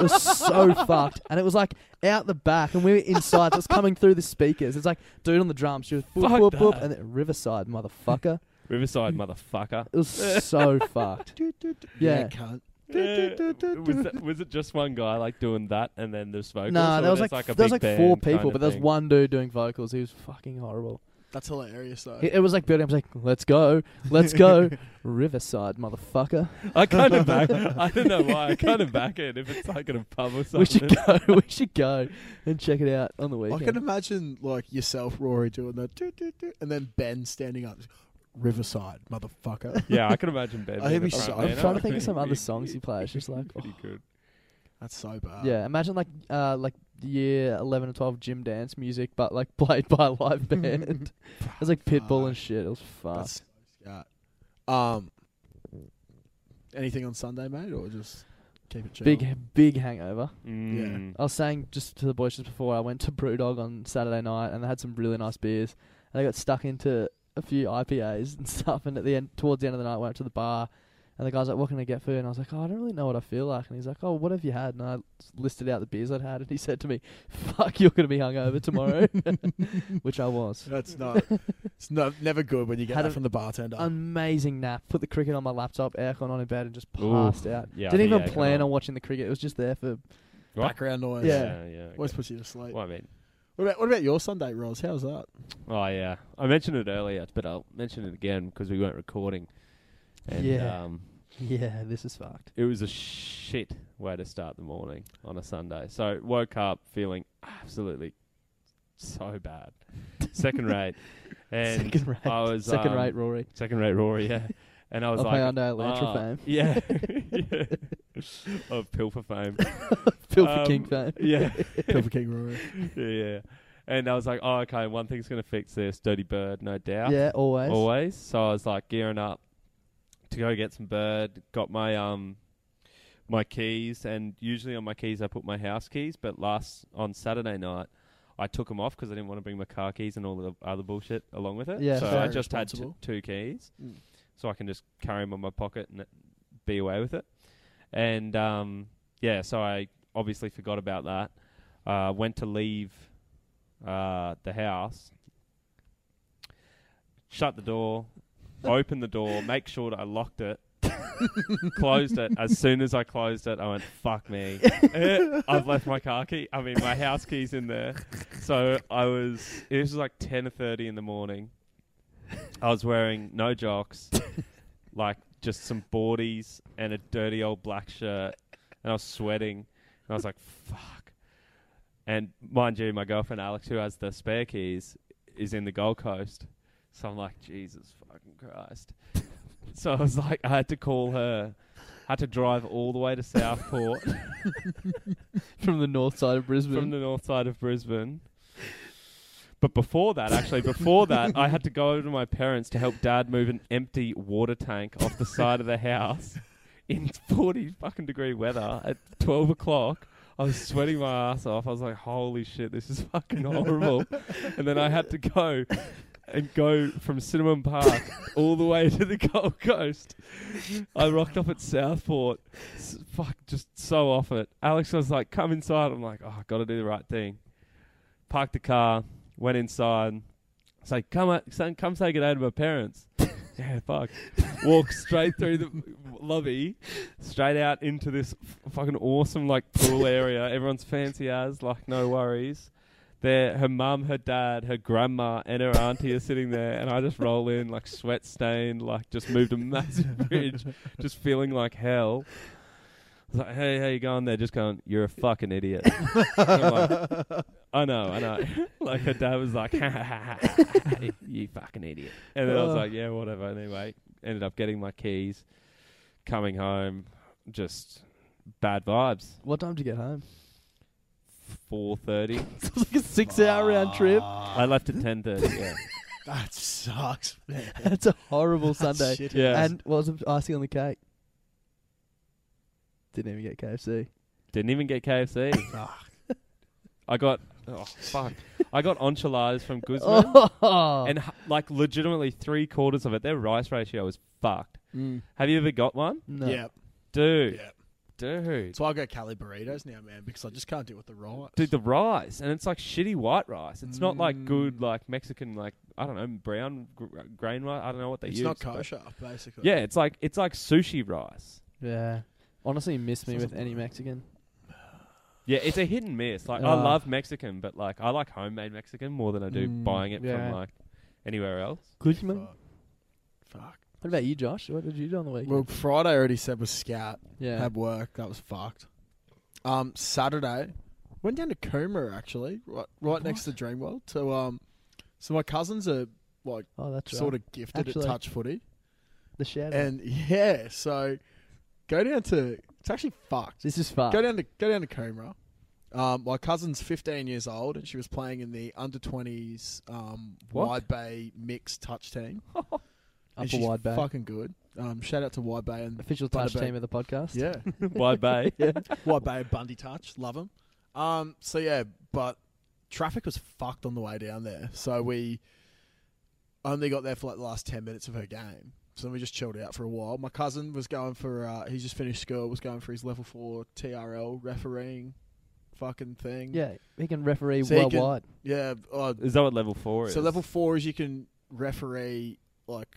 E: was so fucked, and it was like out the back, and we were inside. So it was coming through the speakers. It's like dude on the drums, she was boop
I: Fuck
E: boop boop,
I: that.
E: and then Riverside, motherfucker.
I: Riverside motherfucker.
E: It was so fucked. Yeah.
D: cunt.
I: Eh, was, that, was it just one guy like doing that and then there's vocals?
E: Nah,
I: or
E: there was
I: there's,
E: like,
I: a
E: there was
I: big
E: like four
I: band kind
E: people,
I: of
E: but there was
I: thing?
E: one dude doing vocals. He was fucking horrible.
D: That's hilarious, though.
E: It, it was like building up, like let's go, let's go, Riverside, motherfucker.
I: I kind of back. I don't know why. I kind of back it if it's like in a pub or something.
E: We should go. We should go and check it out on the
D: I can
E: weekend.
D: imagine, like, yourself, Rory, doing the do, do, do, and then Ben standing up. Riverside, motherfucker.
I: Yeah, I can imagine Ben.
D: I think
I: being the
D: we should-
I: front
D: I'm
I: man.
D: trying to
I: I
E: think of some other
I: it'd be
E: songs he plays, just like, oh.
I: pretty good.
D: That's so bad.
E: Yeah, imagine like uh like year eleven or twelve gym dance music, but like played by a live band. it was like Pitbull and shit. It was fucked.
D: That's yeah. Um, anything on Sunday, mate, or just keep it chill?
E: Big big hangover.
I: Mm.
E: I was saying just to the boys just before I went to Brewdog on Saturday night and they had some really nice beers and I got stuck into a few IPAs and stuff and at the end towards the end of the night I went up to the bar and the guy's like, What can I get for you? And I was like, Oh, I don't really know what I feel like and he's like, Oh, what have you had? And I listed out the beers I'd had and he said to me, Fuck, you're gonna be hungover tomorrow Which I was.
D: That's not. it's not never good when you get
E: Had
D: that
E: a-
D: from the bartender.
E: Amazing nap. Put the cricket on my laptop, aircon on in bed, and just
I: Ooh,
E: passed out.
I: Uh, yeah, I
E: Didn't
I: think
E: even
I: aircon
E: plan
I: on.
E: on watching the cricket. It was just there for.
I: Right.
D: Background noise.
E: Yeah.
I: yeah. yeah
D: Always
I: okay.
D: puts you to sleep. What
I: Well, I mean,
D: about what about your Sunday, Roz? How's that?
I: oh yeah, I mentioned it earlier, but I'll mention it again because we weren't recording. And,
E: Yeah.
I: Um,
E: Yeah, this is fucked.
I: it was a shit way to start the morning on a Sunday. So woke up feeling absolutely so bad, second rate, and
E: second rate.
I: I was
E: second
I: um,
E: rate, Rory.
I: second rate Rory, yeah. And I was
E: Of
I: like,
E: Hyundai Elantra
I: "Ah,
E: fame."
I: yeah, yeah, of Pilfer fame,
E: Filthy
I: um,
E: King fan.
I: yeah,
D: Pilfer King Rory.
I: yeah, yeah. And I was like, oh, okay, one thing's gonna fix this, Dirty Bird, no doubt,
E: Yeah, always.
I: always. So I was like gearing up to go get some bird. Got my um my keys, and usually on my keys I put my house keys, but last on Saturday night. I took them off because I didn't want to bring my car keys and all the other bullshit along with it.
E: Yeah,
I: so
E: fair.
I: I just had t-
D: Responsible.
I: two keys,
D: Mm.
I: so I can just carry them in my pocket and it- be away with it. And um, yeah, so I obviously forgot about that. Uh, went to leave uh, the house, shut the door, opened the door, make sure that I locked it, closed it. As soon as I closed it, I went, fuck me. Eh, I've left my car key, I mean, my house keys in there. So I was, it was like 10 or 30 in the morning. I was wearing no jocks, like just some boardies and a dirty old black shirt. And I was sweating. And I was like, fuck. And mind you, my girlfriend Alex, who has the spare keys, is in the Gold Coast. So I'm like, Jesus fucking Christ. so I was like, I had to call her. Had to drive all the way to Southport
E: From the north side of Brisbane.
I: from the north side of Brisbane. But before that, actually, before that, I had to go to my parents to help dad move an empty water tank off the side of the house in 40 fucking degree weather at 12 o'clock. I was sweating my ass off. I was like, holy shit, this is fucking horrible. and then I had to go and go from Cinnamon Park all the way to the Gold Coast. I rocked up at Southport. S- fuck, just so off it. Alex was like, come inside. I'm like, oh, I gotta do the right thing. Parked the car, went inside. It's like, come, o- son, come say good day to my parents. yeah, fuck. Walk straight through the lobby, straight out into this f- fucking awesome, like, pool area. Everyone's fancy as, like, no worries there her mum, her dad, her grandma, and her auntie are sitting there, and I just roll in like sweat stained, like just moved a massive bridge, just feeling like hell. I was like, hey, how you going there? Just going, you're a fucking idiot. I'm like, I know, I know. like her dad was like, ha, ha, ha, ha, ha, you fucking idiot. And then I was
E: Oh.
I: like, yeah, whatever. Anyway, ended up getting my keys, coming home, just bad vibes.
E: What time did you get home?
I: Four thirty.
E: it's like a six-hour round trip.
I: I left at ten thirty. Yeah.
D: That sucks, man.
E: That's a horrible
D: That's
E: Sunday.
D: shit.
I: Yeah.
E: And what was the icing on the cake? Didn't even get KFC.
I: Didn't even get KFC.
D: Fuck.
I: I got oh fuck. I got enchiladas from Guzman,
E: Oh,
I: and h- like legitimately three quarters of it, their rice ratio is fucked. Have you ever got one,
E: Mm. no.
D: Yeah,
I: dude?
D: yeah.
I: Dude,
D: That's why I go Cali burritos now, man, because I just can't deal with the rice.
I: dude, the rice, and it's like shitty white rice. It's not like
D: Mm.
I: good like Mexican like I don't know brown gr- uh, grain rice. I don't know what they
D: it's
I: use.
D: not
I: but-
D: kosher, basically.
I: Yeah, it's like it's like sushi rice.
E: Yeah. Honestly, miss me
D: Sounds
E: with
D: like-
E: any Mexican.
I: Yeah, it's a hit and miss. Like I
E: Ah.
I: love Mexican, but like I like homemade Mexican more than I do
D: Mm,
I: buying it
E: yeah.
I: from like anywhere else.
E: Guzman.
D: Fuck. Fuck.
E: What about you, Josh? What did you do on the weekend?
D: Well, Friday I already said was scout.
E: yeah.
D: Had work. That was fucked. Um, Saturday, went down to Cooma actually, right, right next to Dreamworld. To um, so my cousins are like
E: Oh, that's right.
D: sort of gifted
E: Actually-
D: at touch footy,
E: the shadow.
D: and yeah, so go down to it's actually fucked.
E: this is fun.
D: Go down to go down to Cooma. Um, my cousin's 15 years old, and she was playing in the under 20s um,
I: What?
D: wide bay mixed touch team. and
E: Upper
D: she's
E: wide bay.
D: fucking good. Um, shout out to wide bay and
E: Official
D: Thunder
E: touch
D: Bay.
E: team of the podcast.
D: yeah,
I: Why bay?
D: White Bay Bundy touch, love them. Um, so yeah, but traffic was fucked on the way down there, so we only got there for like the last ten minutes of her game. So we just chilled out for a while. My cousin was going for uh, he just finished school, was going for his level four TRL refereeing, fucking thing.
E: Yeah. He can referee
D: So he can-
E: worldwide.
D: yeah. Uh,
I: Is that what level four is?
D: so level four is you can referee like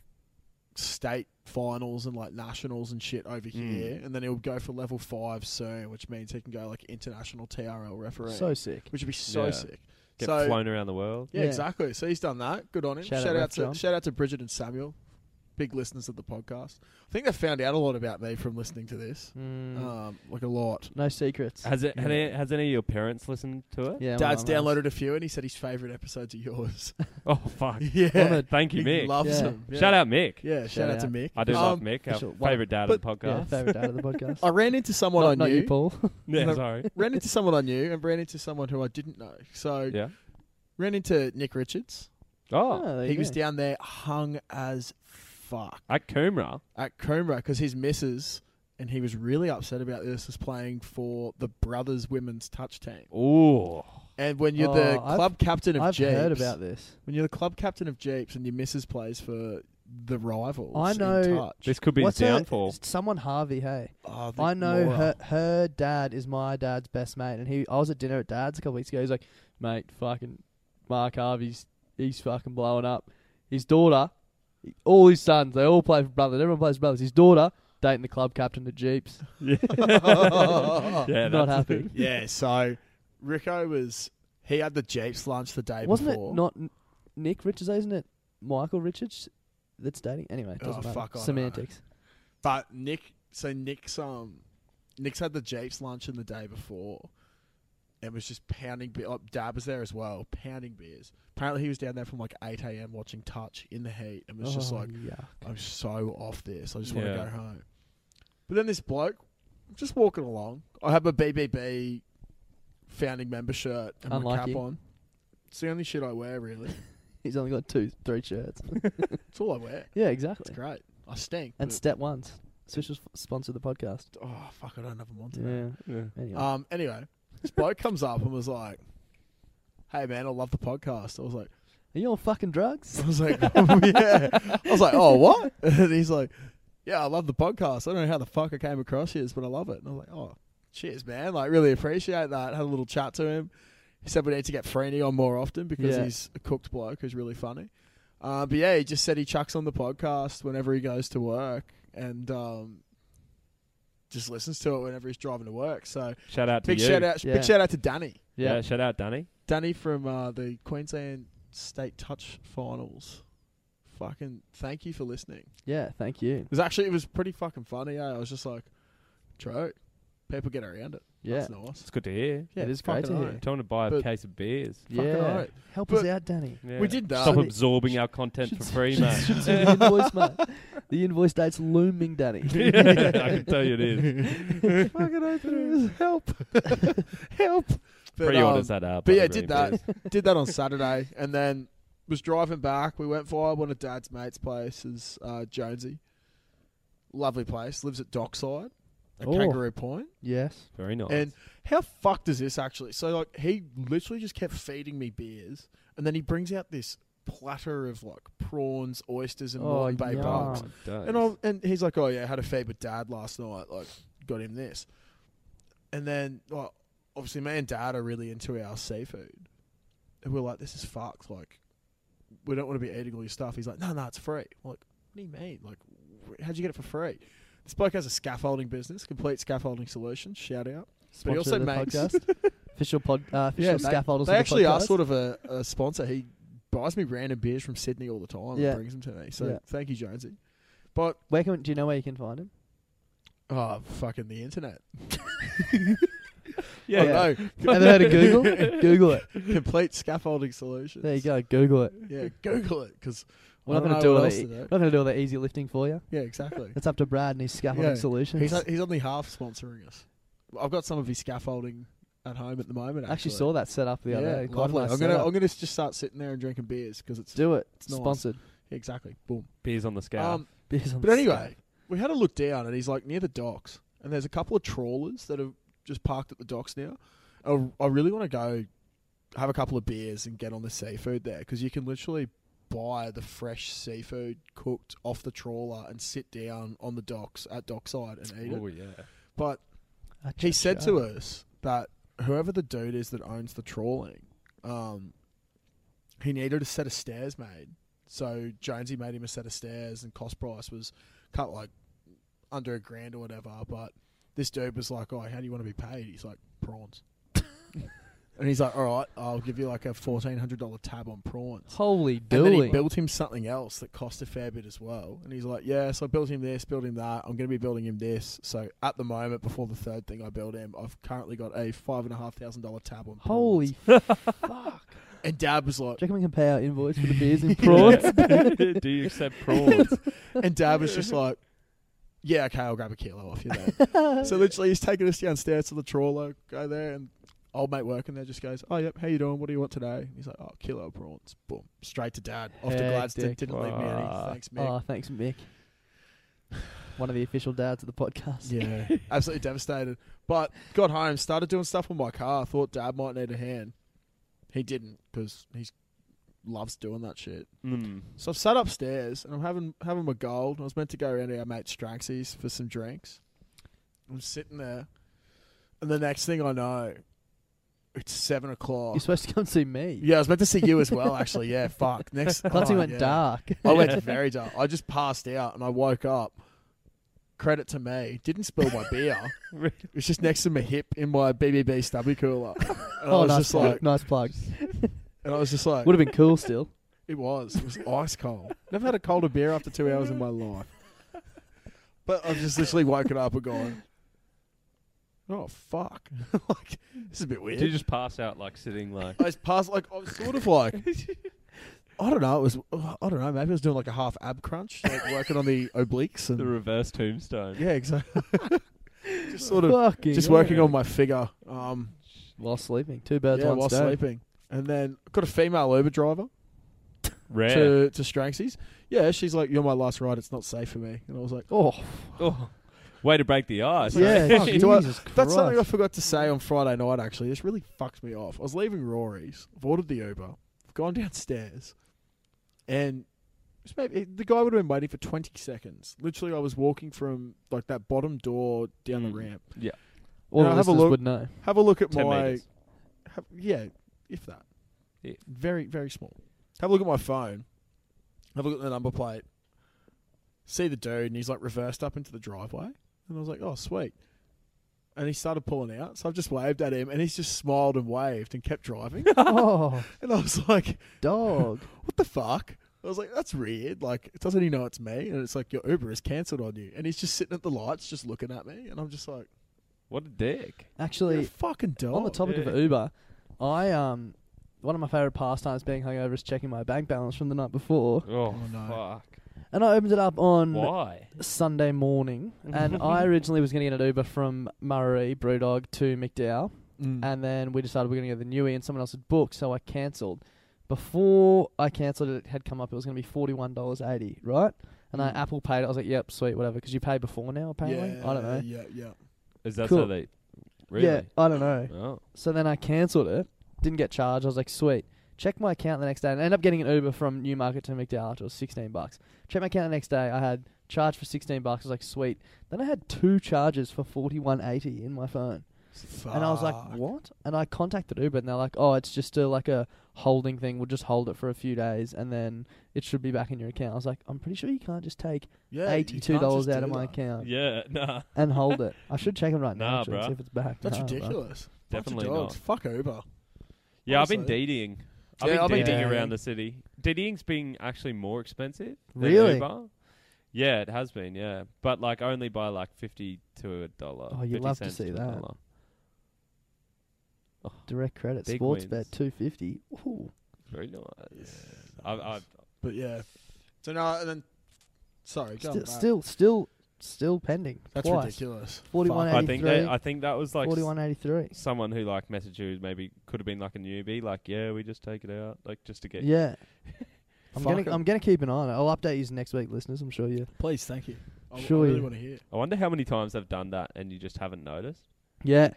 D: state finals and like nationals and shit over
I: Hmm.
D: here, and then he'll go for level five soon, which means he can go like international TRL referee,
E: So sick.
D: which would be so
I: Yeah.
D: sick.
I: get
D: so
I: flown around the world.
D: yeah,
E: Yeah.
D: exactly. So he's done that. Good on him.
E: Shout out
D: Shout, out,
E: Ref
D: to
E: John.
D: shout out to Bridget and Samuel, big listeners of the podcast. I think they found out a lot about me from listening to this,
I: Hmm.
E: Mm,
D: um, like a lot.
E: no secrets.
I: Has it? had
D: Yeah.
I: Any, has any of your parents listened to it?
E: yeah. one
D: Dad's
E: of those.
D: downloaded a few, and he said his favorite episodes are yours.
I: Oh fuck!
D: yeah,
I: Thank you,
D: he
I: Mick.
D: loves
E: Yeah.
D: them. Yeah.
I: Shout out Mick.
D: Yeah, shout,
E: Shout
D: out, to
E: out.
D: Mick.
I: I do
D: Um,
I: love Mick. Our
E: official- one-
I: favorite dad of the
E: Yeah,
I: podcast.
E: favorite dad of the podcast.
D: I ran into someone I
E: not,
D: knew.
E: not you, Paul.
I: Yeah,
D: No.
I: sorry.
D: ran into someone I knew and ran into someone who I didn't know. So
I: Yeah.
D: ran into Nick Richards.
I: Oh,
E: there
D: He
E: you
D: was
E: go.
D: down there hung as fuck
I: at Coomera.
D: at Coomera because his missus and he was really upset about this was playing for the brothers women's touch team.
I: Ooh,
D: And when you're the
E: Oh, I've-
D: club captain of
E: I've
D: Jeeps,
E: heard about this.
D: when you're the club captain of Jeeps and your missus plays for the rivals,
E: I know-
D: In touch.
I: this could be his
E: What's her-
I: downfall.
E: Someone Harvey, hey.
D: Oh, the
E: I know
D: Laura.
E: her her dad is my dad's best mate and he I was at dinner at dad's a couple weeks ago, he's like, Mate, fucking Mark Harvey's he's fucking blowing up. His daughter all his sons, they all play for brothers, everyone plays for brothers. His daughter dating the club captain at Jeeps.
I: yeah,
E: Not
I: that's-
E: happy.
D: Yeah, so Rico was he had the Jeeps lunch the day
E: Wasn't
D: before.
E: it not N- Nick Richards, isn't it? Michael Richards that's dating? Anyway, it
D: Oh,
E: doesn't matter.
D: fuck, I don't know.
E: Semantics.
D: But Nick, so Nick's um, Nick's had the Jeeps luncheon the day before, and was just pounding beer. Like Dab was there as well, pounding beers. Apparently, he was down there from like eight a.m. watching Touch in the heat, and was just
E: Oh,
D: like,
E: yuck.
D: "I'm so off this. I just want to
I: Yeah.
D: go home." But then this bloke, just walking along, I had my BBB founding member shirt and
E: Unlucky.
D: my cap on. It's the only shit I wear, really.
E: He's only got two three shirts.
D: It's all I wear.
E: yeah, exactly.
D: It's great. I stink.
E: And
D: but-
E: step ones. Official s- sponsor of the podcast.
D: oh fuck, I don't have them on today.
E: Yeah.
I: Yeah.
E: Anyway.
D: Um. Anyway, this bloke comes up and was like, "Hey man, I love the podcast." I was like,
E: Are you on fucking drugs?
D: I was like, "Oh, yeah. I was like, oh, what? And he's like, yeah, I love the podcast. I don't know how the fuck I came across yours, but I love it. And I was like, oh, cheers, man. Like, really appreciate that. Had a little chat to him. He said we need to get Freeney on more often because
E: Yeah.
D: he's a cooked bloke who's really funny. Uh, but yeah, he just said he chucks on the podcast whenever he goes to work and um, just listens to it whenever he's driving to work. So
I: Shout out to
D: big
I: you.
D: shout out,
E: Yeah.
D: big shout out to Danny.
I: Yeah.
E: Yeah.
I: shout out Danny.
D: Danny from uh, the Queensland State Touch Finals. Fucking thank you for listening.
E: Yeah, thank you.
D: It was actually it was pretty fucking funny. Eh? I was just like, true. People get around it.
E: Yeah.
D: That's nice.
I: It's good to hear.
D: Yeah,
E: It is great
D: fucking
E: to
D: right.
E: hear.
I: Tell him to buy a
D: But-
I: case of beers.
D: fucking
E: yeah.
D: right.
E: Help us
D: But-
E: out, Danny.
I: Yeah.
D: We did that.
I: Stop
E: Should-
I: absorbing our content for free,
E: should-
I: mate.
E: should see the invoice, mate. The invoice date's looming, Danny.
I: Yeah, I can tell you it is.
D: fucking open it. Help. Help. But,
I: Pre-orders
D: um,
I: that up.
D: but yeah, did that. did that on Saturday and then was driving back. We went via one of Dad's mates' places, uh, Jonesy. Lovely place. Lives at Dockside at
E: Oh.
D: Kangaroo Point.
E: Yes.
I: Very nice.
D: And how fucked is this actually? So like he literally just kept feeding me beers, and then he brings out this platter of like prawns, oysters, and
E: Oh,
D: Moreton bay
E: yum.
D: bugs.
I: Oh, days.
D: And I and he's like, oh yeah, I had a feed with dad last night. Like got him this, and then like obviously me and dad are really into our seafood, and we're like, this is fucked. Like we don't want to be eating all your stuff. He's like, no, no, it's free. I'm like, what do you mean? Like, wh- how'd you get it for free? This bloke has a scaffolding business, complete scaffolding solutions. Shout out. But he
E: Sponsor
D: also
E: of the
D: makes-
E: podcast. official pod, uh, official
D: they-
E: scaffolders.
D: They
E: of the
D: actually are
E: podcast.
D: sort of a, a sponsor. He buys me random beers from Sydney all the time
E: Yeah.
D: and brings them to me. So
E: Yeah.
D: thank you, Jonesy. But
E: Where can do you know where you can find him?
D: oh, fucking the internet.
I: yeah,
D: oh,
E: yeah.
D: no.
E: Ever heard of Google? Google it.
D: Complete scaffolding solutions.
E: There you go. Google it.
D: Yeah, Google it because
E: We're not
D: going to
E: do all
D: what else
E: the e-
D: to
E: we're
D: do.
E: not going to do all the easy lifting for you.
D: Yeah, exactly.
E: It's up to Brad and his scaffolding
D: Yeah.
E: solutions.
D: he's, he's only half sponsoring us. I've got some of his scaffolding at home at the moment.
E: I
D: Actually,
E: actually saw that set up the
D: yeah,
E: other day. Quite a
D: lovely.
E: nice
D: I'm gonna
E: setup.
D: I'm gonna just start sitting there and drinking beers because it's
E: do it.
D: It's nice.
E: Sponsored.
D: exactly boom.
I: beers on the scale.
D: Um,
E: Beers on
D: But
E: the
D: anyway,
E: side.
D: we had a look down, and he's like near the docks, and there's a couple of trawlers that are just parked at the docks now. I, I really want to go have a couple of beers and get on the seafood there because you can literally buy the fresh seafood cooked off the trawler and sit down on the docks at dockside and eat
I: oh
D: it.
I: yeah.
D: But
E: Ah,
D: he said
E: cha-cha.
D: to us that whoever the dude is that owns the trawling, um, he needed a set of stairs made. So Jonesy made him a set of stairs, and cost price was cut like under a grand or whatever. But this dude was like, "Oh, how do you want to be paid?" He's like, "Prawns," and he's like, "All right, I'll give you like a fourteen hundred dollar tab on prawns."
E: Holy
D: And then he
E: dooly.
D: built him something else that cost a fair bit as well. And he's like, Yeah, so I built him this, built him that. I'm going to be building him this. So at the moment, before the third thing I build him, I've currently got a $5,500 tab on prawns.
E: Holy fuck.
D: And dad was like,
E: Do you reckon we can pay our invoice for the beers and prawns?
I: Do you accept prawns?
D: And dad was just like, Yeah, okay, I'll grab a kilo off you then. so literally, he's taking us downstairs to the trawler, go there, and old mate working there just goes, Oh, yep, how you doing? What do you want today? And he's like, Oh, kilo of prawns. Boom. Straight to dad. Off to Gladstone.
E: Hectic.
D: Didn't leave me any.
I: Fuck.
D: Thanks, Mick.
E: oh, thanks, Mick. One of the official dads of the podcast.
D: Yeah, absolutely devastated. But got home, started doing stuff on my car. Thought Dad might need a hand. He didn't because he loves doing that shit.
I: Mm.
D: So I've sat upstairs and I'm having having my gold. I was meant to go around to our mate Straxy's for some drinks. I'm sitting there, and the next thing I know, it's seven o'clock.
E: You're supposed to come see me.
D: Yeah, I was meant to see you as well. Actually, yeah. Fuck. Next,
E: Clutzy
D: oh,
E: went
D: yeah.
E: dark.
D: I went very dark. I just passed out and I woke up. Credit to me, didn't spill my beer.
I: Really?
D: It was just next to my hip in my BBB stubby cooler. And I
E: oh,
D: was
E: nice
D: just
E: plug.
D: like,
E: nice plug.
D: and I was just like,
E: Would have been cool still.
D: it was, it was ice cold. Never had a colder beer after two hours in my life. But I was just literally woken up and going, oh fuck, like this is a bit weird.
I: Did you just pass out like sitting like?
D: I just passed, like I was sort of like, I don't know. It was, I don't know. Maybe I was doing like a half ab crunch, like working on the obliques and
I: The reverse tombstone.
D: Yeah, exactly. just sort of
E: Fucking
D: just
E: hell.
D: working on my figure. Um,
E: while sleeping. Two birds,
D: yeah,
E: one
D: while
E: stone.
D: sleeping, and then got a female Uber driver
I: Rare.
D: to to Stranksy's. Yeah, she's like, "You're my last ride. It's not safe for me." And I was like, "Oh,
I: Oh, way to break the ice.
E: Yeah,
I: eh?
D: Fuck, do I-
E: Jesus Christ.
D: that's something I forgot to say on Friday night. Actually, this really fucked me off. I was leaving Rory's. I've ordered the Uber. I've gone downstairs, and just maybe the guy would have been waiting for twenty seconds. Literally, I was walking from like that bottom door down the
I: Mm.
D: ramp.
E: All
D: Now
E: the
D: have a
E: listeners
D: look.
E: would know.
D: Have a look at
I: 10
D: my
I: metres.
D: have, yeah, if that.
I: Yeah.
D: Very, very small. Have a look at my phone. Have a look at the number plate. See the dude, and he's like reversed up into the driveway. And I was like, oh, sweet. And he started pulling out. So I've just waved at him, and he's just smiled and waved and kept driving.
E: oh,
D: and I was like,
E: dog.
D: what the fuck? I was like, that's weird. Like, doesn't he know it's me? And it's like, your Uber is cancelled on you. And he's just sitting at the lights, just looking at me. And I'm just like,
I: What a dick.
D: you're a
E: Actually,
D: fucking dog.
E: on the topic
I: yeah.
E: of Uber, I um, one of my favorite pastimes being hungover is checking my bank balance from the night before,
I: Oh,
D: no.
I: fuck.
E: and I opened it up on
I: Why?
E: Sunday morning, and I originally was going to get an Uber from Murray Brewdog to McDowell,
D: Mm.
E: and then we decided we are going to go the Newey, and someone else had booked, so I cancelled. Before I cancelled, it had come up; it was going to be forty-one dollars eighty, right? And I
D: Mm.
E: Apple paid it. I was like, "Yep, sweet, whatever," because you pay before now. Apparently,
D: yeah,
E: I don't know.
D: Yeah, yeah.
I: Is that
E: Cool.
I: so they. Really?
E: Yeah, I don't know.
I: Oh.
E: So then I cancelled it, didn't get charged. I was like, sweet. Check my account the next day and I ended up getting an Uber from Newmarket to McDowell. It was 16 bucks. Check my account the next day. I had charged for 16 bucks. I was like, sweet. Then I had two charges for 41.80 in my phone. And I was like,
D: Fuck.
E: what? And I contacted Uber and they're like, oh, it's just a, like a holding thing. We'll just hold it for a few days and then it should be back in your account. I was like, I'm pretty sure you can't just take
D: Yeah, you can't
E: $82
D: just
E: out
D: do
E: of my
D: that.
E: account
I: Yeah, nah.
E: and hold it. I should check it right now
I: Nah,
E: actually, and
I: bruh.
E: see if it's back.
D: That's
E: Nah, bruh.
D: ridiculous. Bunch of
I: Definitely
D: dogs.
I: not.
D: Fuck Uber.
I: Yeah, I've been
D: Honestly.
I: DDing.
D: Yeah,
I: I've
D: I've
I: been
D: been
I: DDing
D: DDing.
I: around the city. DDing's been actually more expensive. Than
E: Really?
I: Uber. Yeah, it has been. Yeah, but like only by like fifty to a dollar.
E: Oh, you
I: 50
E: love to
I: cents
E: see
I: a
E: that.
I: dollar.
E: Direct credit,
I: Big
E: sports
I: wins.
E: bet, 250. Ooh.
I: Very nice. I've, I've
D: But yeah. So no, and then sorry, go
E: Still,
D: back.
E: still, still, still pending.
D: that's
E: Twice.
D: ridiculous.
E: 41
I: I think they,
E: 83.
I: I think that was like s-
E: 4183.
I: someone who like messaged who maybe could have been like a newbie. Like, yeah, we just take it out, like just to get.
E: Yeah. I'm
D: Fuck
E: gonna,
D: 'em.
E: I'm gonna keep an eye on it. I'll update you next week, listeners. I'm sure you.
D: Please, thank you. I,
E: Sure
D: I really
E: you.
D: want to hear.
I: I wonder how many times I've done that and you just haven't noticed.
E: Yeah.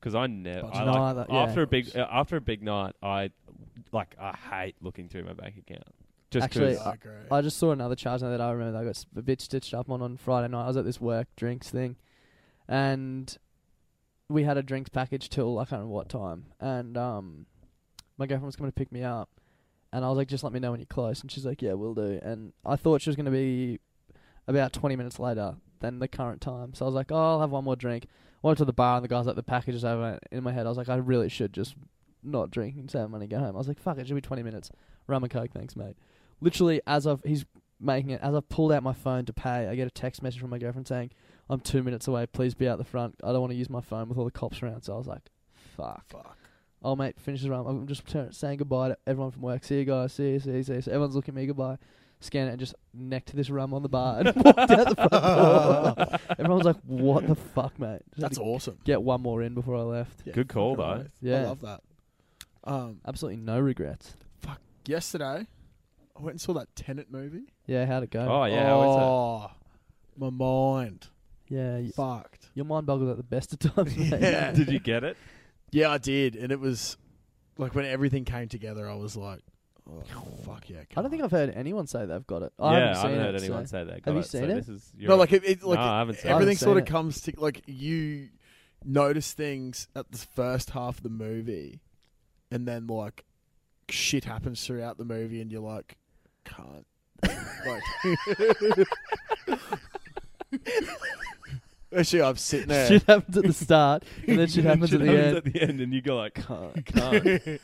I: Because I never.
D: Bunch
I: I
D: of
I: like,
E: Neither, yeah.
I: after a big uh, after a big night, I like I hate looking through my bank account. Just
E: Actually,
I: 'cause-
E: I-
D: I agree.
E: I just saw another charge now that I remember that I got s- a bit stitched up on on Friday night. I was at this work drinks thing, and we had a drinks package till I can't remember what time. And um, my girlfriend was coming to pick me up, and I was like, "Just let me know when you're close." And she's like, "Yeah, we'll do." And I thought she was gonna be about 20 minutes later than the current time. So I was like, "Oh, I'll have one more drink." Went to the bar, and the guy's like, "The package is over." In my head, I was like, "I really should just not drink and save my money and go home." I was like, "Fuck, it should be 20 minutes." Rum and coke, thanks, mate literally as I've he's making it as I've pulled out my phone to pay, I get a text message from my girlfriend saying, "I'm two minutes away. Please be out the front. I don't want to use my phone with all the cops around." So I was like, "Fuck."
D: Fuck.
E: Oh mate, finishes around. I'm just turn, saying goodbye to everyone from work. See you guys. See you. See you. See you. So everyone's looking at me goodbye. Scan it and just necked this rum on the bar and walked out the front door. Everyone's like, "What the fuck, mate?" Just had
D: That's
E: to
D: awesome.
E: Get one more in before I left.
D: Yeah,
I: Good call,
D: fucking
I: though.
D: oath. I
E: Yeah.
D: love that. Um,
E: Absolutely no regrets.
D: yesterday, I went and saw that Tenant movie.
E: Yeah, how'd it go?
I: oh yeah, how is
D: oh, my mind
E: Yeah, y-
D: fucked.
E: your mind boggles at the best of times. mate.
D: Yeah.
I: that? Did you get it?
D: Yeah, I did, and it was like when everything came together, I was like, oh, fuck yeah.
E: I
D: come
E: don't think
D: on.
E: I've heard anyone say they've got it. I
I: yeah,
E: haven't
I: I
E: seen
I: haven't heard
E: it,
I: anyone
E: so-
I: say that.
E: Have you
I: God, so
E: seen it?
I: This is, you're
D: No,
I: a-
D: like it, it like
I: No, I haven't seen it.
D: everything
E: Haven't seen
D: sort of
E: it.
D: comes to like you notice things at the first half of the movie, and then like shit happens throughout the movie, and you're like, can't. like, actually, I'm sitting there.
E: Shit happens at the start, and then shit happens at the
I: happens
E: end.
I: at the end, and you go like,
E: Cunt.
I: "Cunt."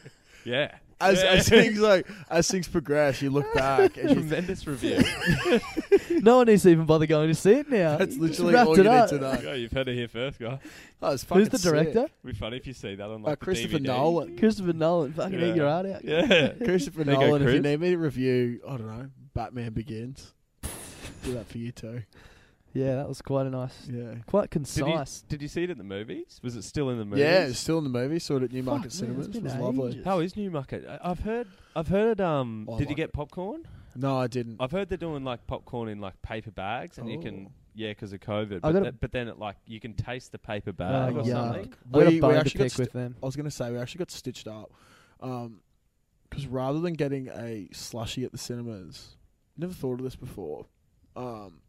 I: yeah.
D: As,
I: yeah.
D: as things like as things progress, you look back and you,
I: tremendous review.
E: no one needs to even bother going to see it now.
D: that's
E: Just
D: literally
E: wrapped
D: all you
E: it
D: need
E: up.
D: to know.
I: yeah, you've heard it here first, guy.
D: Oh, it's fucking
E: Who's the
D: sick.
E: director?
I: Be funny if you see that on like
D: Uh,
I: the
D: Christopher
I: DVD.
D: Nolan.
E: Christopher Nolan. Fucking
I: Yeah.
E: eat your heart out.
I: Yeah.
D: Christopher
I: There you go,
D: Nolan. If you
I: Chris.
D: need me to review, I don't know, Batman Begins. Do that for you too.
E: Yeah, that was quite a nice,
D: Yeah.
E: quite
I: Did you,
E: concise.
I: did you see it at the movies? Was it still in the movies?
D: Yeah, it's still in the movie. Saw it at
E: Fuck,
D: Newmarket
E: man,
D: Cinemas.
E: it's
D: It
E: been
D: was lovely.
E: ages.
I: How is Newmarket? I- I've heard. I've heard. Um,
D: Oh, I
I: did you
D: like
I: get popcorn?
D: No, I didn't.
I: I've heard they're doing like popcorn in like paper bags, and you can
D: Oh.
I: yeah, because of COVID.
E: I
I: But,
E: got a-
I: th- but then it like you can taste the paper
E: Oh,
I: bag
D: Ah,
I: or
E: yuck.
I: something.
E: I got
D: We-
E: a
D: we
E: bone to
D: actually got
E: pick
D: st-
E: with them.
D: I was gonna say we actually got stitched up, because is rather than getting a slushy at the cinemas, never thought of this before. Um,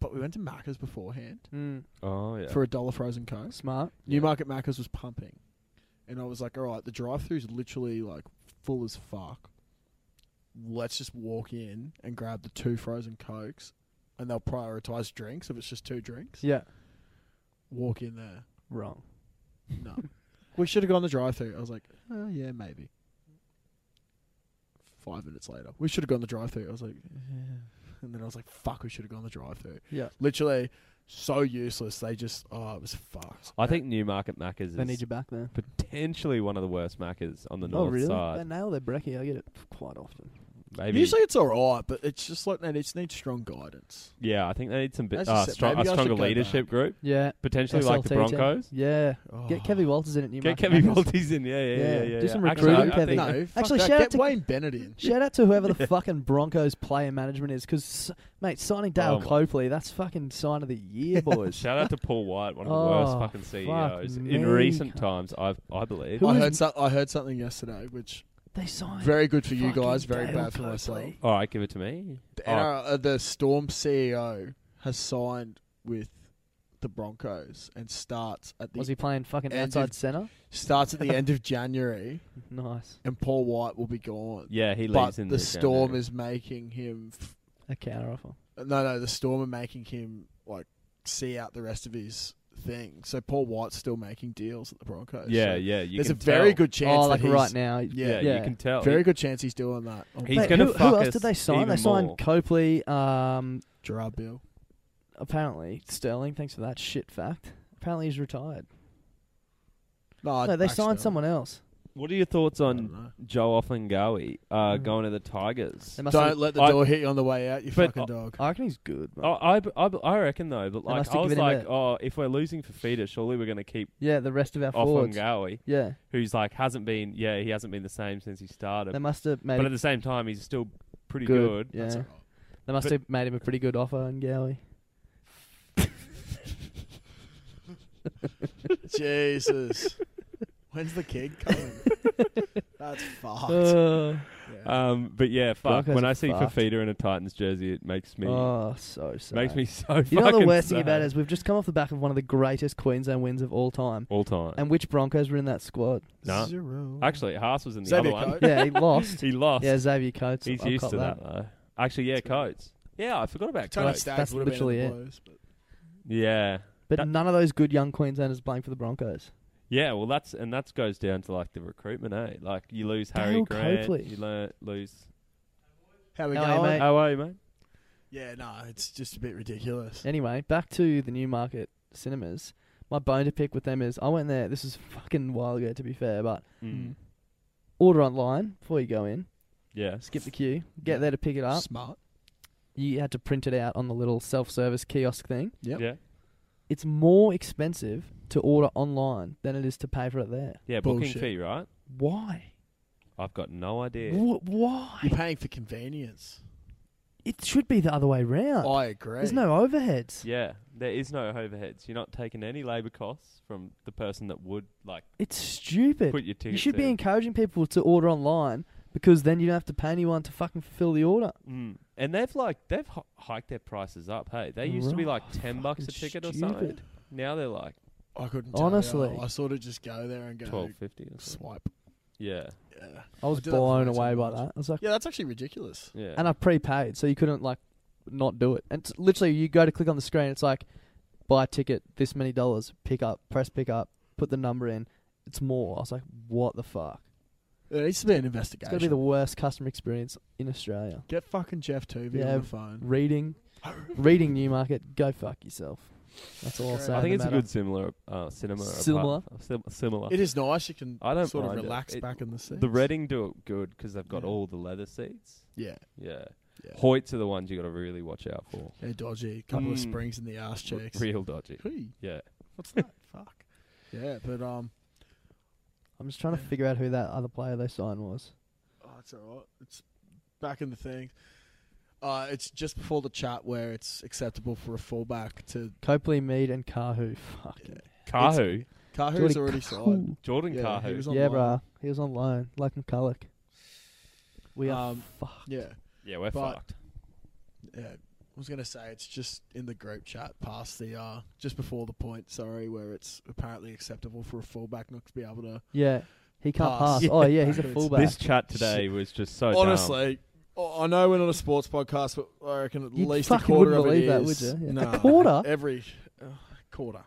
D: but we went to Macca's beforehand
E: Mm,
I: Oh yeah.
D: for a dollar frozen coke.
E: smart.
D: Newmarket Macca's was pumping, and I was like, "All right, the drive-through's literally like full as fuck. Let's just walk in and grab the two frozen cokes, and they'll prioritize drinks if it's just two drinks.
E: Yeah.
D: Walk in there.
E: Wrong.
D: No, we should have gone the drive-through. I was like, uh, yeah, maybe. Five minutes later, we should have gone the drive-through. I was like, yeah. and then I was like, fuck, we should have gone the drive-through.
E: Yeah.
D: Literally, so useless. They just, oh, it was fucked.
I: I think Newmarket Macca's
E: They
I: is
E: need you back there.
I: potentially one of the worst Maccas on the
E: oh,
I: north
E: really? They
I: side.
E: nail their brekkie. I get it quite often.
I: Maybe.
D: Usually it's all right, but it's just like they just need strong guidance.
I: yeah, I think they need some bit
D: As you
I: uh,
D: said,
I: strong,
D: maybe
I: a
D: I should
I: stronger
D: go
I: leadership group.
E: Yeah.
I: Potentially like the
E: SLT team.
I: Broncos.
E: Yeah.
I: Oh.
E: Oh. Get Kevin Walters in at
I: Get
E: Newmarket.
I: Kevin
E: Macca's.
I: Maltese in. Yeah, yeah, yeah, yeah.
E: Yeah, do some
I: yeah.
D: No,
I: Actually,
E: recruiting,
I: I- I think-
E: Kevin.
D: no, fuck
E: Actually,
D: that.
E: shout out
D: get
E: to-
D: Wayne Bennett in.
E: Shout out to whoever the fucking Broncos player management is, because mate, signing Dale
I: Oh my-
E: Copley, that's fucking sign of the year, boys.
I: Shout out to Paul White, one of the
E: Oh,
I: worst fucking CEOs
E: fuck
I: in
E: me,
I: recent
E: cunt.
I: times. I I believe.
E: Who
D: I
E: is-
D: heard so- I heard something yesterday, which
E: they signed.
D: very good for you
E: fucking
D: guys, very
E: Dale
D: bad for
E: Copley.
D: myself.
I: All right, give it to me.
D: The,
I: Oh.
D: NRL uh, the Storm CEO has signed with the Broncos and starts at the
E: Was he playing fucking
D: And
E: outside
D: if-
E: centre?
D: starts at the end of January,
E: Nice.
D: and Paul White will be gone.
I: Yeah, he
D: but
I: leaves in
D: the Storm
I: January.
D: is making him. F-
E: A counter offer.
D: no, no, the Storm are making him like see out the rest of his thing. So Paul White's still making deals at the Broncos.
I: Yeah,
D: so
I: yeah. You
D: there's a
I: can
D: very
I: tell.
D: good chance.
E: Oh, like
D: that he's,
E: right now.
I: Yeah,
D: Yeah,
I: you
E: yeah.
I: can tell.
D: very good chance he's doing that. Oh,
I: He's
E: Mate,
I: gonna
E: who,
I: fuck
E: who else
I: us
E: did they sign? They
I: even
E: signed
I: more.
E: Copley. Um,
D: Gerard Bill.
E: apparently Sterling. Thanks for that shit fact. Apparently he's retired.
D: No,
E: no, they
D: Max
E: signed
D: Sterling.
E: someone else.
I: What are your thoughts
D: I don't
I: on
D: know.
I: Joe Offengowie uh,
E: Mm.
I: going to the Tigers?
E: They must
D: Don't
E: have-
D: let the
I: I-
D: door hit you on the way out, you
I: But,
D: fucking
I: uh,
D: dog.
E: I reckon he's good. Bro.
I: Oh, I, b- I, b- I reckon though, but like
E: must
I: I
E: have
I: was
E: given him
I: like,
E: a-
I: oh, if we're losing Fafita, surely we're going to keep
E: Yeah, the rest of our forwards.
I: Offengowie,
E: Yeah,
I: who's like hasn't been, yeah, he hasn't been the same since he started.
E: they must have made
I: but at
E: him
I: the same time, he's still pretty
E: good.
I: good.
E: Yeah,
D: That's all right.
E: they must
I: But-
E: have made him a pretty good offer in Gowie.
D: Jesus. When's the kid coming?
I: Uh,
D: That's fucked.
E: Uh,
D: Yeah.
I: Um, but yeah, fuck.
E: Broncos
I: When
E: are
I: I see
E: fucked.
I: Fafita in a Titans jersey, it makes me
E: oh, so sad.
I: makes me so.
E: You know the
I: fucking
E: worst thing
I: sad.
E: about it is we've just come off the back of one of the greatest Queensland wins of all time.
I: all time.
E: And which Broncos were in that squad?
I: Nah.
D: Zero.
I: Actually, Haas was in the
D: Xavier
I: other one.
D: Coates.
E: Yeah, he lost.
I: he lost.
E: yeah, Xavier Coates.
I: He's
E: I'll
I: used
E: cop
I: to that. though. Actually, yeah, Coates. Yeah, I forgot about
D: Tony
I: Coates.
E: That's- that's
D: Staggs would have been in
E: literally
D: the
E: it.
D: Blues, but
I: Yeah,
E: But
I: That-
E: none of those good young Queenslanders are playing for the Broncos.
I: yeah. Well, that's and that goes down to like the recruitment, eh? Like you lose Harry
E: Dale
I: Grant,
E: Coatley.
I: you learn, lose.
D: How we
E: How are you,
D: going?
E: mate?
I: How are you, mate?
D: Yeah, no, it's just a bit ridiculous.
E: Anyway, back to the Newmarket cinemas. My bone to pick with them is I went there. This is fucking a while ago, to be fair, but
I: Mm.
E: order online before you go in.
I: Yeah,
E: Skip the queue. Get there to pick it up.
D: Smart.
E: You had to print it out on the little self-service kiosk thing.
D: Yep.
I: yeah,
E: It's more expensive to order online than it is to pay for it there.
I: yeah. Booking
D: Bullshit.
I: fee, right?
E: Why?
I: I've got no idea.
E: Wh- why?
D: You're paying for convenience.
E: It should be the other way round.
D: I agree.
E: There's no overheads.
I: Oh, Yeah, there is no overheads. You're not taking any labour costs from the person that would like
E: It's stupid.
I: put your ticket.
E: You should be
I: in.
E: encouraging people to order online because then you don't have to pay anyone to fucking fulfill the order.
I: Mm. And they've like they've h- hiked their prices up. Hey, they used to be like
E: Right.
I: ten bucks a
E: Fucking
I: ticket or
E: stupid.
I: something. Now they're like
D: I couldn't tell
E: Honestly.
D: you. I sort of just go there and go
I: twelve fifty or something.
D: swipe.
I: Yeah,
D: Yeah.
E: I was
D: I do that for
E: blown
D: my
E: away by
D: Xavier
E: that.
D: Coates.
E: I was like,
D: Yeah, that's actually ridiculous.
I: yeah.
E: and I prepaid, so you couldn't like not do it. And it's literally, you go to click on the screen, it's like buy a ticket this many dollars, pick up, press pick up, put the number in. It's more. I was like, what the fuck?
D: There needs to be an
E: It's
D: investigation.
E: gonna be the worst customer experience in Australia.
D: Get fucking Jeff Tovey
E: Yeah.
D: on the phone.
E: Reading, reading Newmarket, go fuck yourself. That's all I'll say.
I: I
E: on
I: think
E: the
I: it's a
E: matter.
I: good similar uh, cinema. apart-
E: Similar?
I: sim- similar.
D: It is nice. You can
I: I don't
D: sort of
I: mind it.
D: relax
I: It-
D: back in the seat.
I: The Reading do it good because they've got
D: Yeah.
I: all the leather seats.
D: Yeah.
I: Yeah.
D: Yeah.
I: Hoyts are the ones you got to really watch out for.
D: They're dodgy. couple
I: Mm.
D: of springs in the ass
I: R-
D: cheeks.
I: Real dodgy.
D: Hey,
I: Yeah.
D: what's that? Fuck. Yeah, but um,
E: I'm just trying to figure out who that other player they signed was.
D: oh, it's all right. It's back in the thing. Uh, it's just before the chat where it's acceptable for a fullback to
E: Copley, Mead, and Kahu. Fucking
I: Kahu.
D: Kahu's
E: Jordy
D: already
E: Cahoon.
D: signed.
I: Jordan
D: Yeah,
I: Carhu.
D: he was on
E: Yeah,
D: loan.
E: bruh. He was on loan, like McCulloch. We are
D: Um,
E: fucked.
D: Yeah.
I: yeah, we're
D: but-
I: fucked.
D: Yeah, I was gonna say it's just in the group chat past the uh just before the point, sorry, where it's apparently acceptable for a fullback not to be able to.
E: Yeah, he can't
D: Pass.
E: pass. Oh yeah, he's a
D: Backwards.
E: fullback.
I: This chat today was just so
E: Oh,
I: dumb.
D: Honestly, I I know we're not a sports podcast, but I reckon at
E: You
D: least a
E: fucking
D: quarter
E: wouldn't
D: of it
E: believe that,
D: is.
E: would you? Yeah.
D: No,
E: A quarter?
D: every uh, quarter.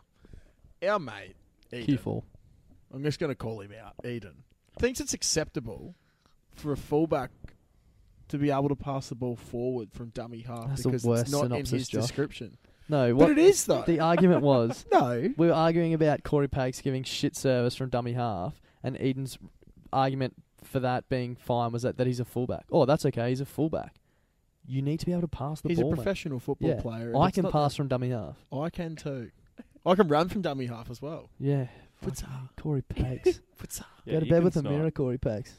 D: Our mate Eden,
E: Q4.
D: I'm just gonna call him out. Eden thinks it's acceptable for a fullback. To be able to pass the ball forward from dummy half
E: That's the
D: because
E: worst
D: it's not in
E: synopsis,
D: his
E: Josh.
D: description.
E: No, what
D: but it is though.
E: the argument was
D: no,
E: we were arguing about Corey Pakes giving shit service from dummy half, and Eden's argument for that being fine was that, that he's a fullback. Oh, that's okay. He's a fullback. You need to be able to pass the
D: He's
E: ball.
D: a
E: mate.
D: professional football
E: Yeah,
D: player. and
E: I
D: it's
E: can
D: not-
E: pass from dummy half.
D: I can too. I can run from dummy half as well.
E: Yeah.
D: What's
E: fucking Corey Pakes.
I: Yeah,
E: Go to
I: you
E: bed
I: can
E: with a
I: snot.
E: mirror, Corey Pakes.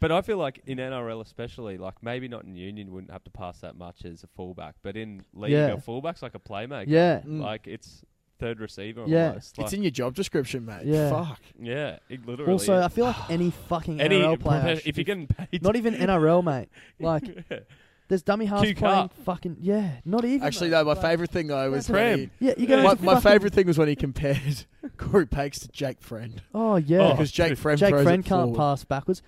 I: But I feel like in NRL especially, like maybe not in union wouldn't have to pass that much as a fullback, but in league
E: Yeah.
I: a fullback's like a playmaker.
E: Yeah.
D: Mm.
I: Like it's third receiver
E: Yeah.
I: almost. Like,
D: it's in your job description, mate.
E: Yeah.
D: Fuck.
I: yeah, it literally
E: Also,
I: is.
E: I feel like any fucking
I: any
E: NRL player,
I: profe-
E: should
I: if
E: be
I: you're getting paid
E: Not even NRL, mate. Like, there's dummy halves
I: Q
E: playing
I: Cup.
E: fucking yeah. Not even
D: Actually,
E: mate.
D: though, my
E: Like,
D: favourite thing though was
I: Prem.
D: when
E: Yeah,
D: he,
E: you go.
D: my,
E: into
D: my
E: fucking-
D: favourite thing was when he compared Corey Pakes to Jake Friend
E: Oh yeah,
D: because Jake Friend
E: Jake
D: throws
E: Friend
D: it
E: can't
D: forward.
E: pass backwards.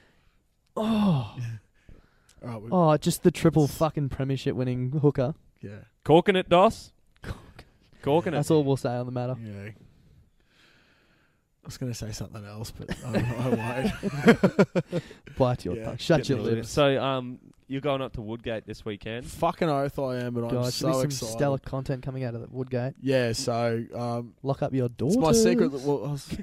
E: Oh,
D: All right, we-
E: oh, just the triple fucking premiership winning hooker.
D: yeah,
I: corking it, Dos. Corking it.
E: That's all we'll say on the matter.
D: yeah. I was going to say something else, but I, I won't.
E: Bite your
D: Yeah,
E: tongue. Shut
D: get
E: your
D: me a
E: lips.
I: So um, you're going up to Woodgate this weekend.
D: Fucking oath I am, and
E: God,
D: I'm
E: should
D: so
E: be some
D: excited.
E: stellar content coming out of the Woodgate.
D: Yeah, so um,
E: Lock up your door.
D: It's my secret. That, well, I was-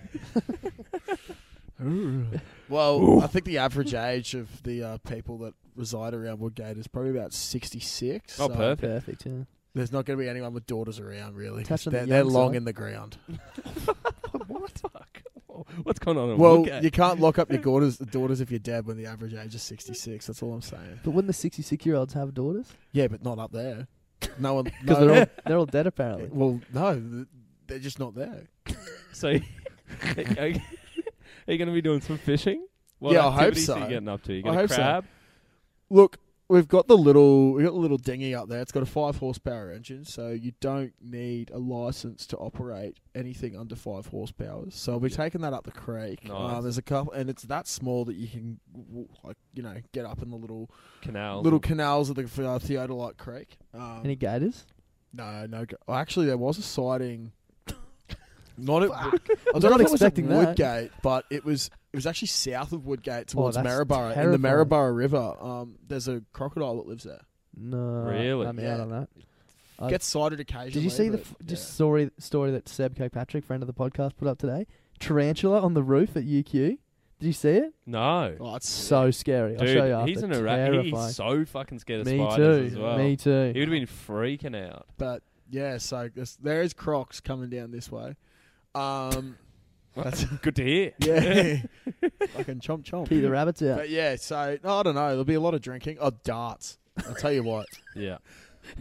D: well I think the average age of the uh, people that reside around Woodgate is probably about 66.
I: Oh,
D: so
I: perfect.
E: Perfect. Yeah.
D: There's not going to be anyone with daughters around, really. 'cause
E: Touching the
D: They're, they're
E: young
D: long
E: side.
D: in the ground.
I: what the fuck? What's going on? in
D: Well,
I: Woodgate?
D: you can't lock up your daughters, daughters if you're dead when the average age is 66. That's all I'm saying.
E: But wouldn't the 66 year olds have daughters?
D: Yeah, but not up there. No one.
E: Because
D: no,
E: they're all they're all dead apparently.
D: well, no, th- they're just not there.
I: So, are you going to be doing some fishing? What
D: Yeah, I hope
I: activities Are
D: so.
I: you getting up to? You
D: I
I: got a
D: hope so.
I: crab?
D: Look, we've got the little we got the little dinghy up there. It's got a five horsepower engine, so you don't need a license to operate anything under five horsepower. So I'll be taking that up the creek.
I: Nice.
D: Um, there's a couple, and it's that small that you can w- like you know get up in the little
I: Canal.
D: little canals of the uh, Theodolite Creek. Um,
E: Any gators?
D: no, no. go- oh, Actually, there was a sighting. Not at, I
E: was
D: don't know
E: not
D: if it was at
E: expecting that.
D: Woodgate, but it was it was actually south of Woodgate
E: Oh,
D: towards
E: that's
D: Maryborough in the
E: terrifying.
D: Maryborough River. Um, there's a crocodile that lives there.
E: No.
I: Really?
E: I'm out
D: Yeah.
E: on that. I-
D: Gets sighted occasionally.
E: Did you see the
D: but-
E: f- just story story that Seb Kirkpatrick, friend of the podcast, put up today? Tarantula on the roof at UQ. Did you see it?
I: No.
D: Oh, it's
E: So scary. I'll
I: Dude,
E: show you after.
I: he's an erratic.
E: Terrifying.
I: He's so fucking scared of
E: Me
I: spiders
E: too.
I: as well.
E: Me too.
I: He would have been freaking out.
D: But yeah, so this, there is crocs coming down this way. Um, That's-
I: good to hear.
D: yeah, fucking chomp chomp.
E: Keep the rabbits out.
D: But yeah, so I don't know. There'll be a lot of drinking. Oh, darts. I'll tell you what.
I: Yeah.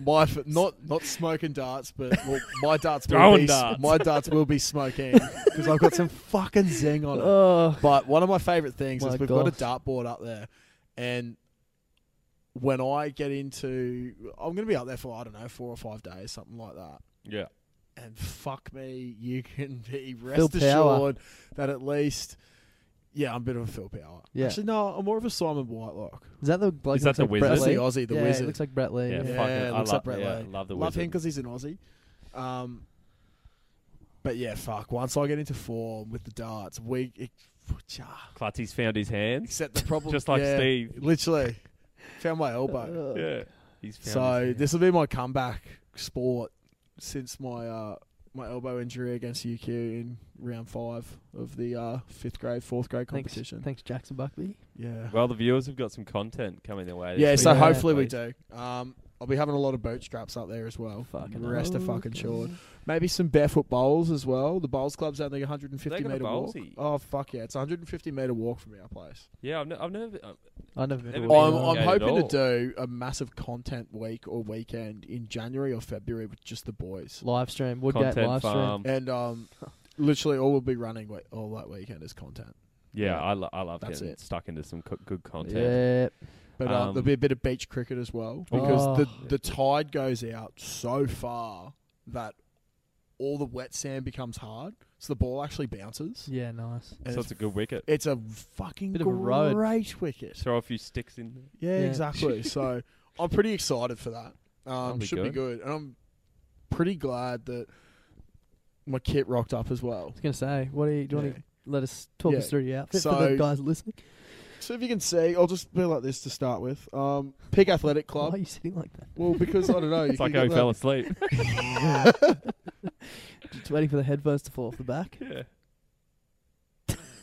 D: My f- not not smoking darts, but well, my darts will
I: Throwing
D: be
I: darts.
D: my darts will be smoking because I've got some fucking zing on it.
E: Oh,
D: But one of my favourite things
E: My
D: is we've got
E: gosh.
D: a dartboard up there, and when I get into, I'm going to be up there for I don't know four or five days, something like that.
I: Yeah.
D: And fuck me, you can be rest
E: Phil Power.
D: assured that at least, yeah, I'm a bit of a Phil Power.
E: Yeah.
D: Actually, no, I'm more of a Simon Whitelock.
E: is that the bloke?
I: Is that
E: looks
I: the
E: like
I: wizard?
E: Brett
D: That's the
E: Lee?
D: Aussie, the
E: yeah,
D: wizard.
E: It looks like Brett Lee.
I: Yeah, fucking-
E: Yeah.
D: Yeah,
I: I
D: looks
I: love,
D: up Brett
I: yeah,
D: Lee.
I: love the
D: Love him
I: wizard.
D: because he's an Aussie. Um, but yeah, fuck. Once I get into form with the darts, we it,
I: Clutzy's found his hands.
D: except the problem,
I: Just like
D: yeah,
I: Steve.
D: literally found my elbow.
E: Uh,
I: Yeah. He's found his
D: So
I: hands.
D: this will be my comeback sport since my uh, my elbow injury against UQ in round five of the uh, fifth grade, fourth grade
E: Thanks,
D: competition.
E: thanks, Jackson Buckley.
D: Yeah,
I: Well, the viewers have got some content coming their way. this
D: yeah. So
I: weekend,
D: hopefully we
I: please.
D: do. Um, I'll be having a lot of bootstraps up there as well.
E: Fucking
D: Oh, rest
E: hell.
D: of fucking short. Maybe some barefoot bowls as well. The bowls club's only 150
I: They got a
D: meter walk.
I: bowlsy.
D: Oh fuck yeah, it's 150 meter walk from our place.
I: Yeah, I've, ne- I've never. uh,
E: I never. been
I: Never
E: to
I: been
E: a
D: I'm,
E: game.
D: I'm
I: at
D: hoping
I: all.
D: to do a massive content week or weekend in January or February with just the boys.
E: live stream. Woodgate
I: content
E: live stream.
I: farm.
D: And um, literally all we'll be running we- all that weekend is content.
I: Yeah, I, lo- I love
D: That's
I: getting
D: it.
I: stuck into some co- good content.
E: Yeah.
D: But uh,
I: Um,
D: there'll be a bit of beach cricket as well because
E: Oh.
D: the the tide goes out so far that all the wet sand becomes hard, so the ball actually bounces.
E: Yeah, nice.
D: And
I: So
D: it's,
I: it's a good wicket.
D: it's a fucking
E: Bit of
D: great
E: a road.
D: wicket.
I: Throw a few sticks in there.
D: Yeah,
E: Yeah.
D: exactly. so I'm pretty excited for that. Um,
I: be
D: should be good, and I'm pretty glad that my kit rocked up as well.
E: I was gonna say, what do you, do you want
D: Yeah.
E: to let us talk
D: Yeah.
E: us through your outfit for
D: So-
E: the guys listening?
D: So if you can see, I'll just be like this to start with. Um, Pig Athletic
E: Why are
D: Club.
E: you sitting like that?
D: Well, because I don't know.
I: It's
D: you
I: like
D: can
I: how he
D: get
I: fell
D: that-
I: asleep.
E: Just waiting for the headphones to fall off the back.
I: yeah.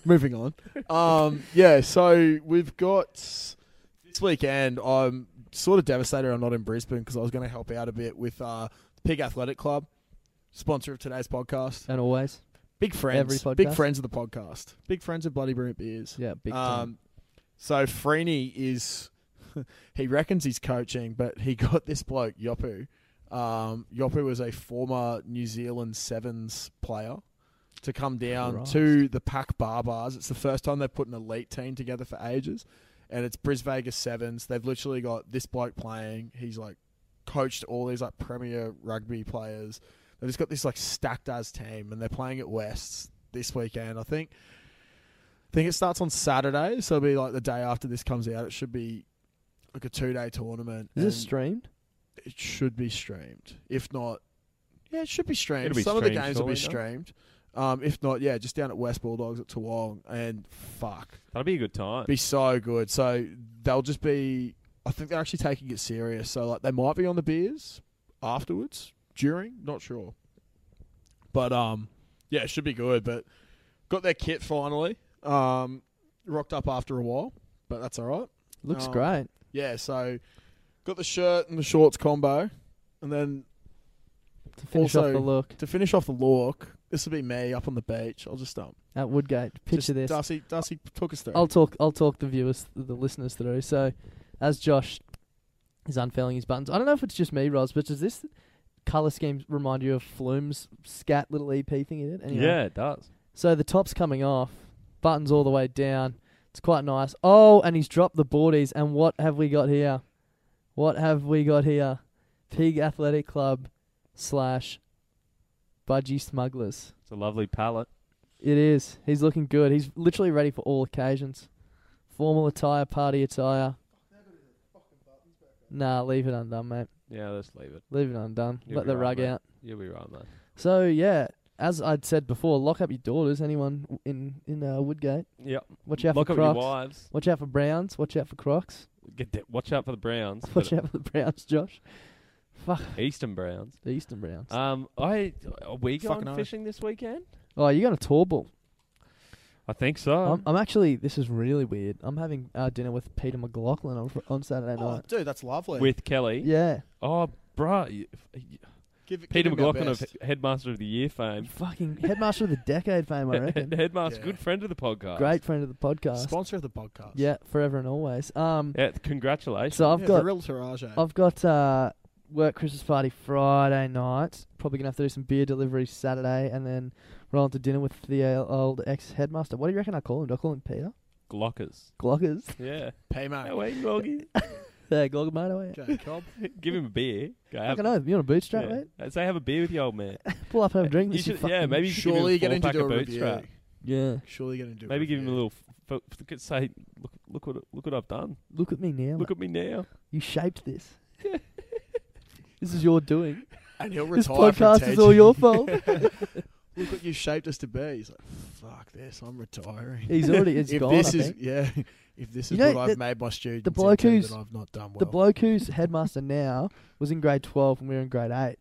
D: Moving on. Um, yeah. So we've got this weekend. I'm sort of devastated. I'm not in Brisbane because I was going to help out a bit with uh, Pig Athletic Club, sponsor of today's podcast.
E: And always,
D: Big
E: Every
D: friends.
E: podcast.
D: Big friends of the podcast. Big friends of Bloody Brilliant Beers.
E: yeah, big time.
D: Um, so Freeney is, he reckons he's coaching, but he got this bloke Yopu. Um, Yopu was a former New Zealand Sevens player to come down
E: Christ.
D: to the Pack Bar Bars. It's the first time they've put an elite team together for ages, and it's Bris Vegas Sevens. They've literally got this bloke playing. He's like coached all these like premier rugby players. They've just got this like stacked as team, and they're playing at Wests this weekend. I think I think it starts on Saturday, so it'll be like the day after this comes out. It should be like a two day tournament.
E: Is this
D: and
E: streamed?
D: It should be streamed. If not, yeah, it should be streamed.
I: It'll be
D: Some of the
I: streamed
D: games will be
I: shortly,
D: streamed. Um, if not, yeah, just down at West Bulldogs at Toowong, and fuck,
I: That'll be a good time.
D: be so good. So they'll just be. I think they're actually taking it serious. So like they might be on the beers afterwards, during, not sure. But um, yeah, it should be good. But got their kit finally. Um, rocked up after a while, but that's all right.
E: Looks
D: um,
E: great.
D: Yeah, so got the shirt and the shorts combo, and then
E: To finish off
D: also-
E: the look
D: to finish off the look, this will be me up on the beach. I'll just um,
E: at Woodgate. Picture
D: just
E: this.
D: Darcy, Darcy took us through.
E: I'll talk. I'll talk the viewers, the listeners through. So, as Josh is unfurling his buttons, I don't know if it's just me, Roz, but does this color scheme remind you of Flume's scat little EP thing in it? Anyway,
I: Yeah, it does.
E: So the top's coming off, buttons all the way down. It's quite nice. Oh, and he's dropped the boardies. And what have we got here? What have we got here? Pig Athletic Club slash Budgie Smugglers.
I: It's a lovely palette.
E: It is. He's looking good. He's literally ready for all occasions. Formal attire, party attire. Nah, leave it undone, mate.
I: Yeah, let's leave it.
E: Leave it undone.
I: You'll
E: Let
I: be
E: the
I: right,
E: rug
I: mate.
E: out.
I: You'll be right, man.
E: So yeah, as I'd said before, lock up your daughters. Anyone w- in in uh, Woodgate,
I: Yep.
E: watch out
I: Lock
E: for
I: up
E: Crocs.
I: your wives.
E: Watch out for Browns. Watch out for Crocs.
I: Get that- watch out for the Browns. but
E: Watch out for the Browns, Josh. Fuck
I: Eastern Browns.
E: the Eastern Browns.
I: Um, I are we going
D: Fucking oath.
I: fishing this weekend?
E: oh, you got a tour ball.
I: I think so.
E: I'm, I'm actually. This is really weird. I'm having uh, dinner with Peter McLaughlin on, fr- on Saturday
D: Oh,
E: night.
D: dude, that's lovely.
I: with Kelly.
E: Yeah,
I: Oh, bruh. you- you-
D: Give-
I: Peter
D: give him our
I: McLaughlin of
D: best.
I: He- Headmaster of the Year fame.
E: fucking headmaster of the decade fame, I reckon.
I: Headmaster,
D: Yeah.
I: good friend of the podcast.
E: Great friend of the podcast.
D: sponsor of the podcast.
E: Yeah, forever and always. Um,
I: Yeah, congratulations.
E: so I've
D: yeah,
E: got
D: the real Taraj. eh?
E: I've got uh, work Christmas party Friday night. Probably gonna have to do some beer delivery Saturday, and then roll into dinner with the uh, old ex headmaster. What do you reckon I call him? Do I call him Peter?
I: Glockers.
E: Glockers.
I: Yeah.
D: Pay
I: Hey,
D: mate.
I: wait, Gloggy.
E: yeah, Glocker mate. away.
D: Okay, Cobb.
I: Give him a beer. Go
E: I
I: have,
E: don't know. You want a bootstrap,
I: yeah.
E: mate?
I: I'd say have a beer with your old man.
E: Pull up and have a drink.
I: You
E: this you
I: should- yeah,
E: fucking-
I: maybe you should give him
D: Surely
I: a
D: you're going
I: four
D: to
I: pack
D: do
I: of
D: a
I: boots
D: review.
I: strap.
E: Yeah.
D: Surely you're going to do.
I: Maybe
D: a
I: give him a
D: review.
I: little. F- f- could say, look, look what, look what I've done.
E: Look at me now.
I: Look
E: mate.
I: at me now.
E: you shaped this. this is your doing.
D: And he'll retire.
E: This
D: from
E: podcast is
D: teaching.
E: all your fault.
D: Look what you shaped us to be. He's like, fuck this. I'm retiring.
E: He's already it's
D: if
E: gone.
D: this
E: I
D: is
E: think.
D: yeah, if this is
E: You know,
D: what
E: the-
D: I've made my students
E: bloke
D: into,
E: who's-
D: then I've not done well.
E: the bloke who's headmaster now was in grade twelve and we were in grade eight.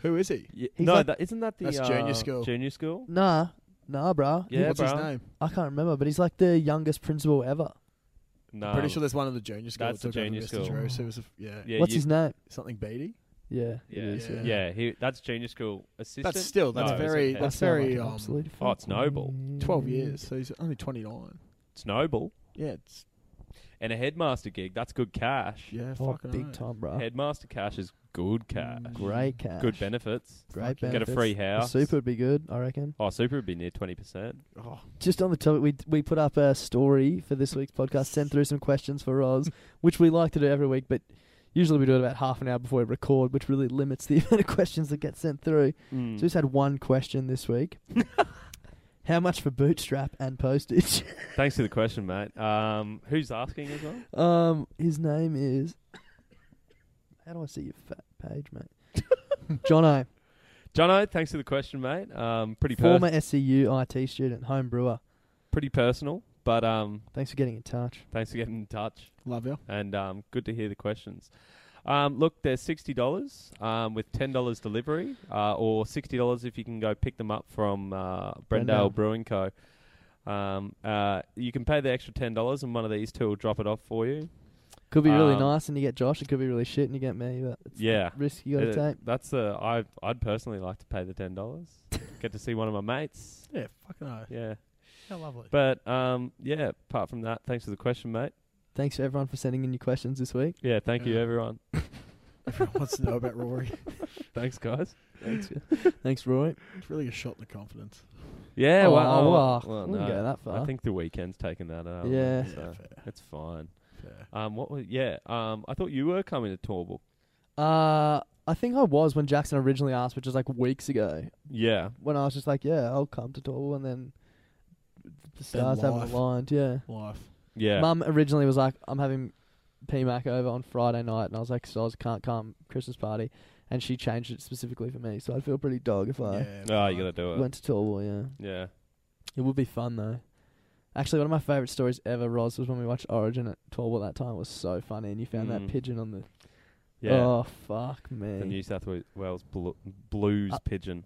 D: Who is he?
I: Yeah,
E: He's
I: no,
E: like-
I: that, isn't that the
D: That's junior
I: uh,
D: school.
I: Junior school.
E: Nah, nah, bro.
I: Yeah,
D: What's his
I: bro.
D: name?
E: I can't remember, but he's like the youngest principal ever.
I: No,
D: Pretty sure there's one in the junior school.
I: that's
D: that
I: the
D: took over
I: junior
D: Mr.
I: school.
D: Drew, so it was a- yeah,
I: Yeah,
E: What's
I: you-
E: his name?
D: something Beatty.
E: Yeah,
I: Yeah,
E: it is.
D: yeah.
E: Yeah.
I: Yeah, he, that's junior school assistant.
D: That's still that's
I: No, it's
D: very
I: okay.
D: that's
E: not
D: very
E: like an
D: um,
E: absolute
I: oh, it's
E: fucking-
I: Noble.
D: twelve years. So he's only twenty nine.
I: It's noble.
D: Yeah, it's
I: And a headmaster gig, that's good cash.
D: Yeah,
E: Oh,
D: fucking
E: big
D: oath.
E: time, bro.
I: Headmaster cash is good cash.
E: Great Mm, cash.
I: Good benefits.
E: Great
I: Get a
E: benefits.
I: free
E: The
I: house.
E: Super would be good, I reckon.
I: Oh, super would be near twenty percent.
D: Oh,
E: Just on the topic, we we put up a story for this week's podcast. Send through some questions for Roz, which we like to do every week, but usually we do it about half an hour before we record, which really limits the amount of questions that get sent through. So we
I: Mm.
E: just had one question this week. How much for bootstrap and postage?
I: Thanks for the question, mate. Um, who's asking as well?
E: Um, his name is. How do I see your fat page, mate? Jono,
I: Jono, thanks for the question, mate. Um, pretty per-
E: former SCU IT student, home brewer.
I: pretty personal, but um,
E: Thanks for getting in touch.
I: thanks for getting in touch
D: love you.
I: and um, good to hear the questions. Um, look, they're sixty dollars um, with ten dollars delivery, uh, or sixty dollars if you can go pick them up from uh, Brendale
E: Brendale.
I: Brewing Co. Um, uh, you can pay the extra ten dollars, and one of these two will drop it off for you.
E: Could be really
I: Um,
E: nice and you get Josh. It could be really shit and you get me. But it's
I: Yeah,
E: a risk you got to
I: Uh,
E: take.
I: That's uh, I I'd personally like to pay the ten dollars. Get to see one of my mates.
D: Yeah, fucking oath.
I: Yeah,
D: How lovely.
I: but um, yeah. Apart from that, thanks for the question, mate.
E: Thanks to everyone for sending in your questions this week.
I: Yeah, thank you
D: Yeah.
I: everyone.
D: Everyone wants to know about Rory.
I: Thanks, guys.
E: Thanks, thanks Roy.
D: It's really a shot in the confidence.
I: Yeah,
E: Oh,
I: well,
E: well, wouldn't go that
I: I
E: far.
I: think the weekend's taken that out.
E: Yeah.
I: so
D: fair,
I: it's fine.
D: fair.
I: Um, what was yeah? Um, I thought you were coming to Torbil.
E: Uh, I think I was when Jackson originally asked, which was like weeks ago.
I: Yeah,
E: When I was just like, yeah, I'll come to Torval, and then the stars
D: life.
E: haven't aligned. Yeah.
D: Life.
I: yeah.
E: Mum originally was like, I'm having PMAC over on Friday night, and I was like, so I can't come Christmas party, and she changed it specifically for me, so I'd feel pretty dog if I
D: Ah,
I: Oh, you gotta do it.
E: went to Torval. Yeah.
I: Yeah.
E: It would be fun though. Actually, one of my favourite stories ever, Roz, was when we watched Origin at 12 at that time. It was so funny, and you found
I: Mm.
E: that pigeon on the.
I: Yeah.
E: Oh, fuck me.
I: The New South Wa- Wales blu- Blues
E: Uh,
I: pigeon.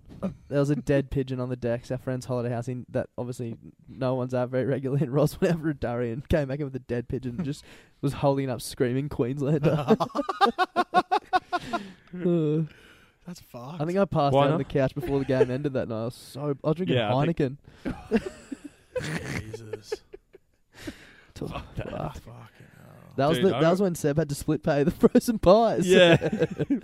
E: there was a dead pigeon on the decks, our friend's holiday house, in that obviously no one's out very regularly. And Roz went out for a durry and came back in with a dead pigeon and just was holding up screaming Queenslander. Uh,
D: That's fucked.
E: I think I passed
I: Why
E: out on
I: not?
E: the couch before the game ended that night. I was so. I was drinking
I: Yeah, I think-
E: Heineken.
D: Jesus.
E: Uh, Fuck.
D: Fucking hell.
E: That was,
I: Dude,
E: the,
I: I
E: that was when Seb had to split pay the frozen pies.
I: Yeah.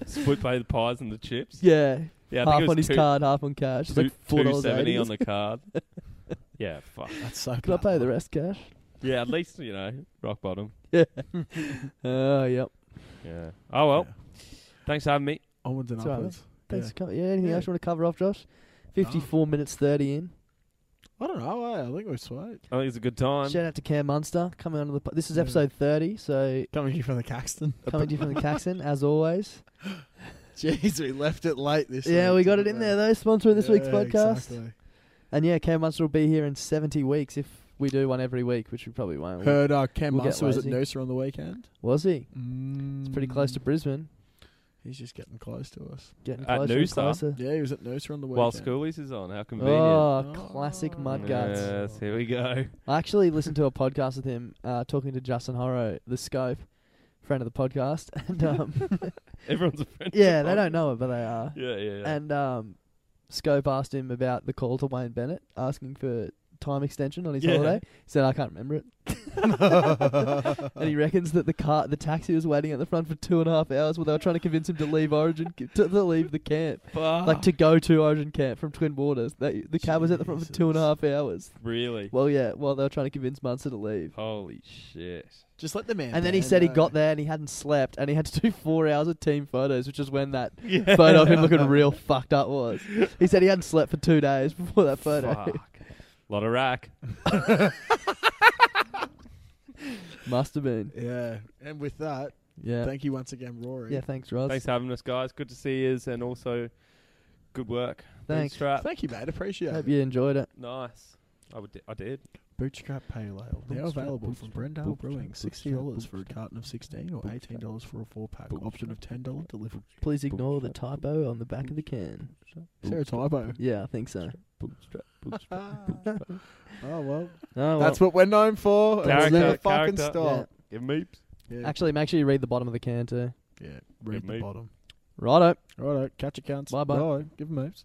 I: Split by the pies and the chips.
E: yeah.
I: Yeah, I
E: half
I: think it was
E: on his
I: two-
E: card, half on cash. It's
I: two-
E: like four dollars
I: 270
E: eighty.
I: on the card. yeah, fuck.
D: That's so
E: Can I
D: bad.
E: pay the rest cash?
I: Yeah, at least you know rock bottom. Uh,
E: Oh, yep.
I: Yeah. Oh well.
D: Yeah.
I: Thanks for having me.
D: Onwards and
E: It's all right,
D: upwards.
E: Thanks for coming. Yeah, anything
D: Yeah.
E: else you want to cover off, Josh? Fifty-four minutes thirty in.
D: I don't know. eh? I think we're sweet.
I: I think it's a good time.
E: Shout out to Cam Munster coming onto the. Po- this is
D: Yeah.
E: episode thirty, so
D: Coming to you from the Caxton.
E: coming to you from the Caxon as always.
D: Jeez, we left it late this
E: Yeah,
D: week,
E: we got it
D: didn't
E: in
D: we?
E: there though. Sponsoring this week's
D: Yeah,
E: podcast,
D: exactly.
E: and yeah, Cam Munster will be here in seventy weeks if we do one every week, which we probably won't.
D: Heard uh, Cam
E: We'll get
D: Munster was at
E: lazy.
D: Noosa on the weekend.
E: Was he?
D: Mm.
E: It's pretty close to
D: Hmm.
E: Brisbane.
D: He's just getting close to us.
E: Getting
I: At
E: closer and
I: Noosa?
E: closer.
D: Yeah, he was at Noosa on the weekend.
I: While schoolies is on, how convenient.
E: Oh, classic mud guts.
I: Yes, here we go.
E: I actually listened to a podcast with him uh, talking to Justin Horro, the Scope, friend of the podcast, and um,
I: Everyone's a friend.
E: yeah,
I: of
E: they
I: mine.
E: don't know it, but they are.
I: Yeah, yeah, yeah.
E: And um, Scope asked him about the call to Wayne Bennett, asking for time extension on his
I: Yeah.
E: holiday. He said, "I can't remember it," and he reckons that the car, the taxi, was waiting at the front for two and a half hours while they were trying to convince him to leave Origin, to, to leave the camp,
I: Fuck.
E: like to go to Origin camp from Twin Waters. They, the cab was at the front for two and a
D: Jesus.
E: half hours.
I: really.
E: Well, yeah, while they were trying to convince Munster to leave.
I: Holy shit.
D: Just let the man.
E: And then he
D: down,
E: said he
D: eh?
E: got there and he hadn't slept and he had to do four hours of team photos, which is when that
I: Yeah.
E: photo of him looking real fucked up was. He said he hadn't slept for two days before that photo.
I: Fuck. Lot of rack.
E: Must have been.
D: Yeah, and with that,
E: Yeah.
D: thank you once again, Rory.
E: yeah, thanks, Roz.
I: Thanks for having us, guys. Good to see you, and also good work.
E: Thanks.
I: Bootstrap.
D: Thank you, mate. Appreciate
E: Hope
D: it.
E: you enjoyed it.
I: Nice. I would. I did.
D: Bootstrap Pale Ale, now
E: Bootstrap,
D: available from
E: bootstrap,
D: Brendale Brewing.
E: bootstrap,
D: Sixty dollars for a
E: bootstrap,
D: carton of sixteen, or
E: bootstrap,
D: eighteen dollars for a four pack.
I: bootstrap,
D: Option of ten dollar delivery.
E: Please ignore the typo on the back of the can.
D: Is there a typo?
E: Yeah, I think so.
I: Bootstrap. Bootstrap.
D: Oh well,
E: Oh, well.
B: That's what we're known for. and It's
I: Character,
B: never fucking
I: character.
B: stop.
I: Give meeps.
D: yeah,
E: Yeah. Actually, make sure you read the bottom of the can too.
D: yeah. Read
I: Give
D: the
I: me.
D: bottom.
E: Righto.
D: Righto, catch your counts.
E: Bye-bye.
D: Bye. Give 'em moves.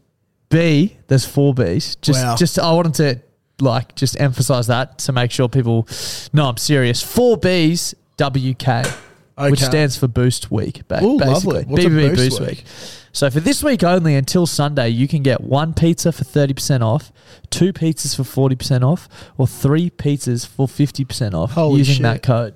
A: B, there's four B's. Just,
B: Wow.
A: just I wanted to like just emphasize that to make sure people know I'm serious. Four B's WK, which
B: Okay.
A: stands for Boost Week. ba-
B: Ooh,
A: basically,
B: lovely. What's a
A: BBB
B: Boost
A: Boost,
B: Week?
A: week? So for this week only, until Sunday, you can get one pizza for thirty percent off, two pizzas for forty percent off, or three pizzas for fifty percent off
B: Holy
A: using
B: shit.
A: that code.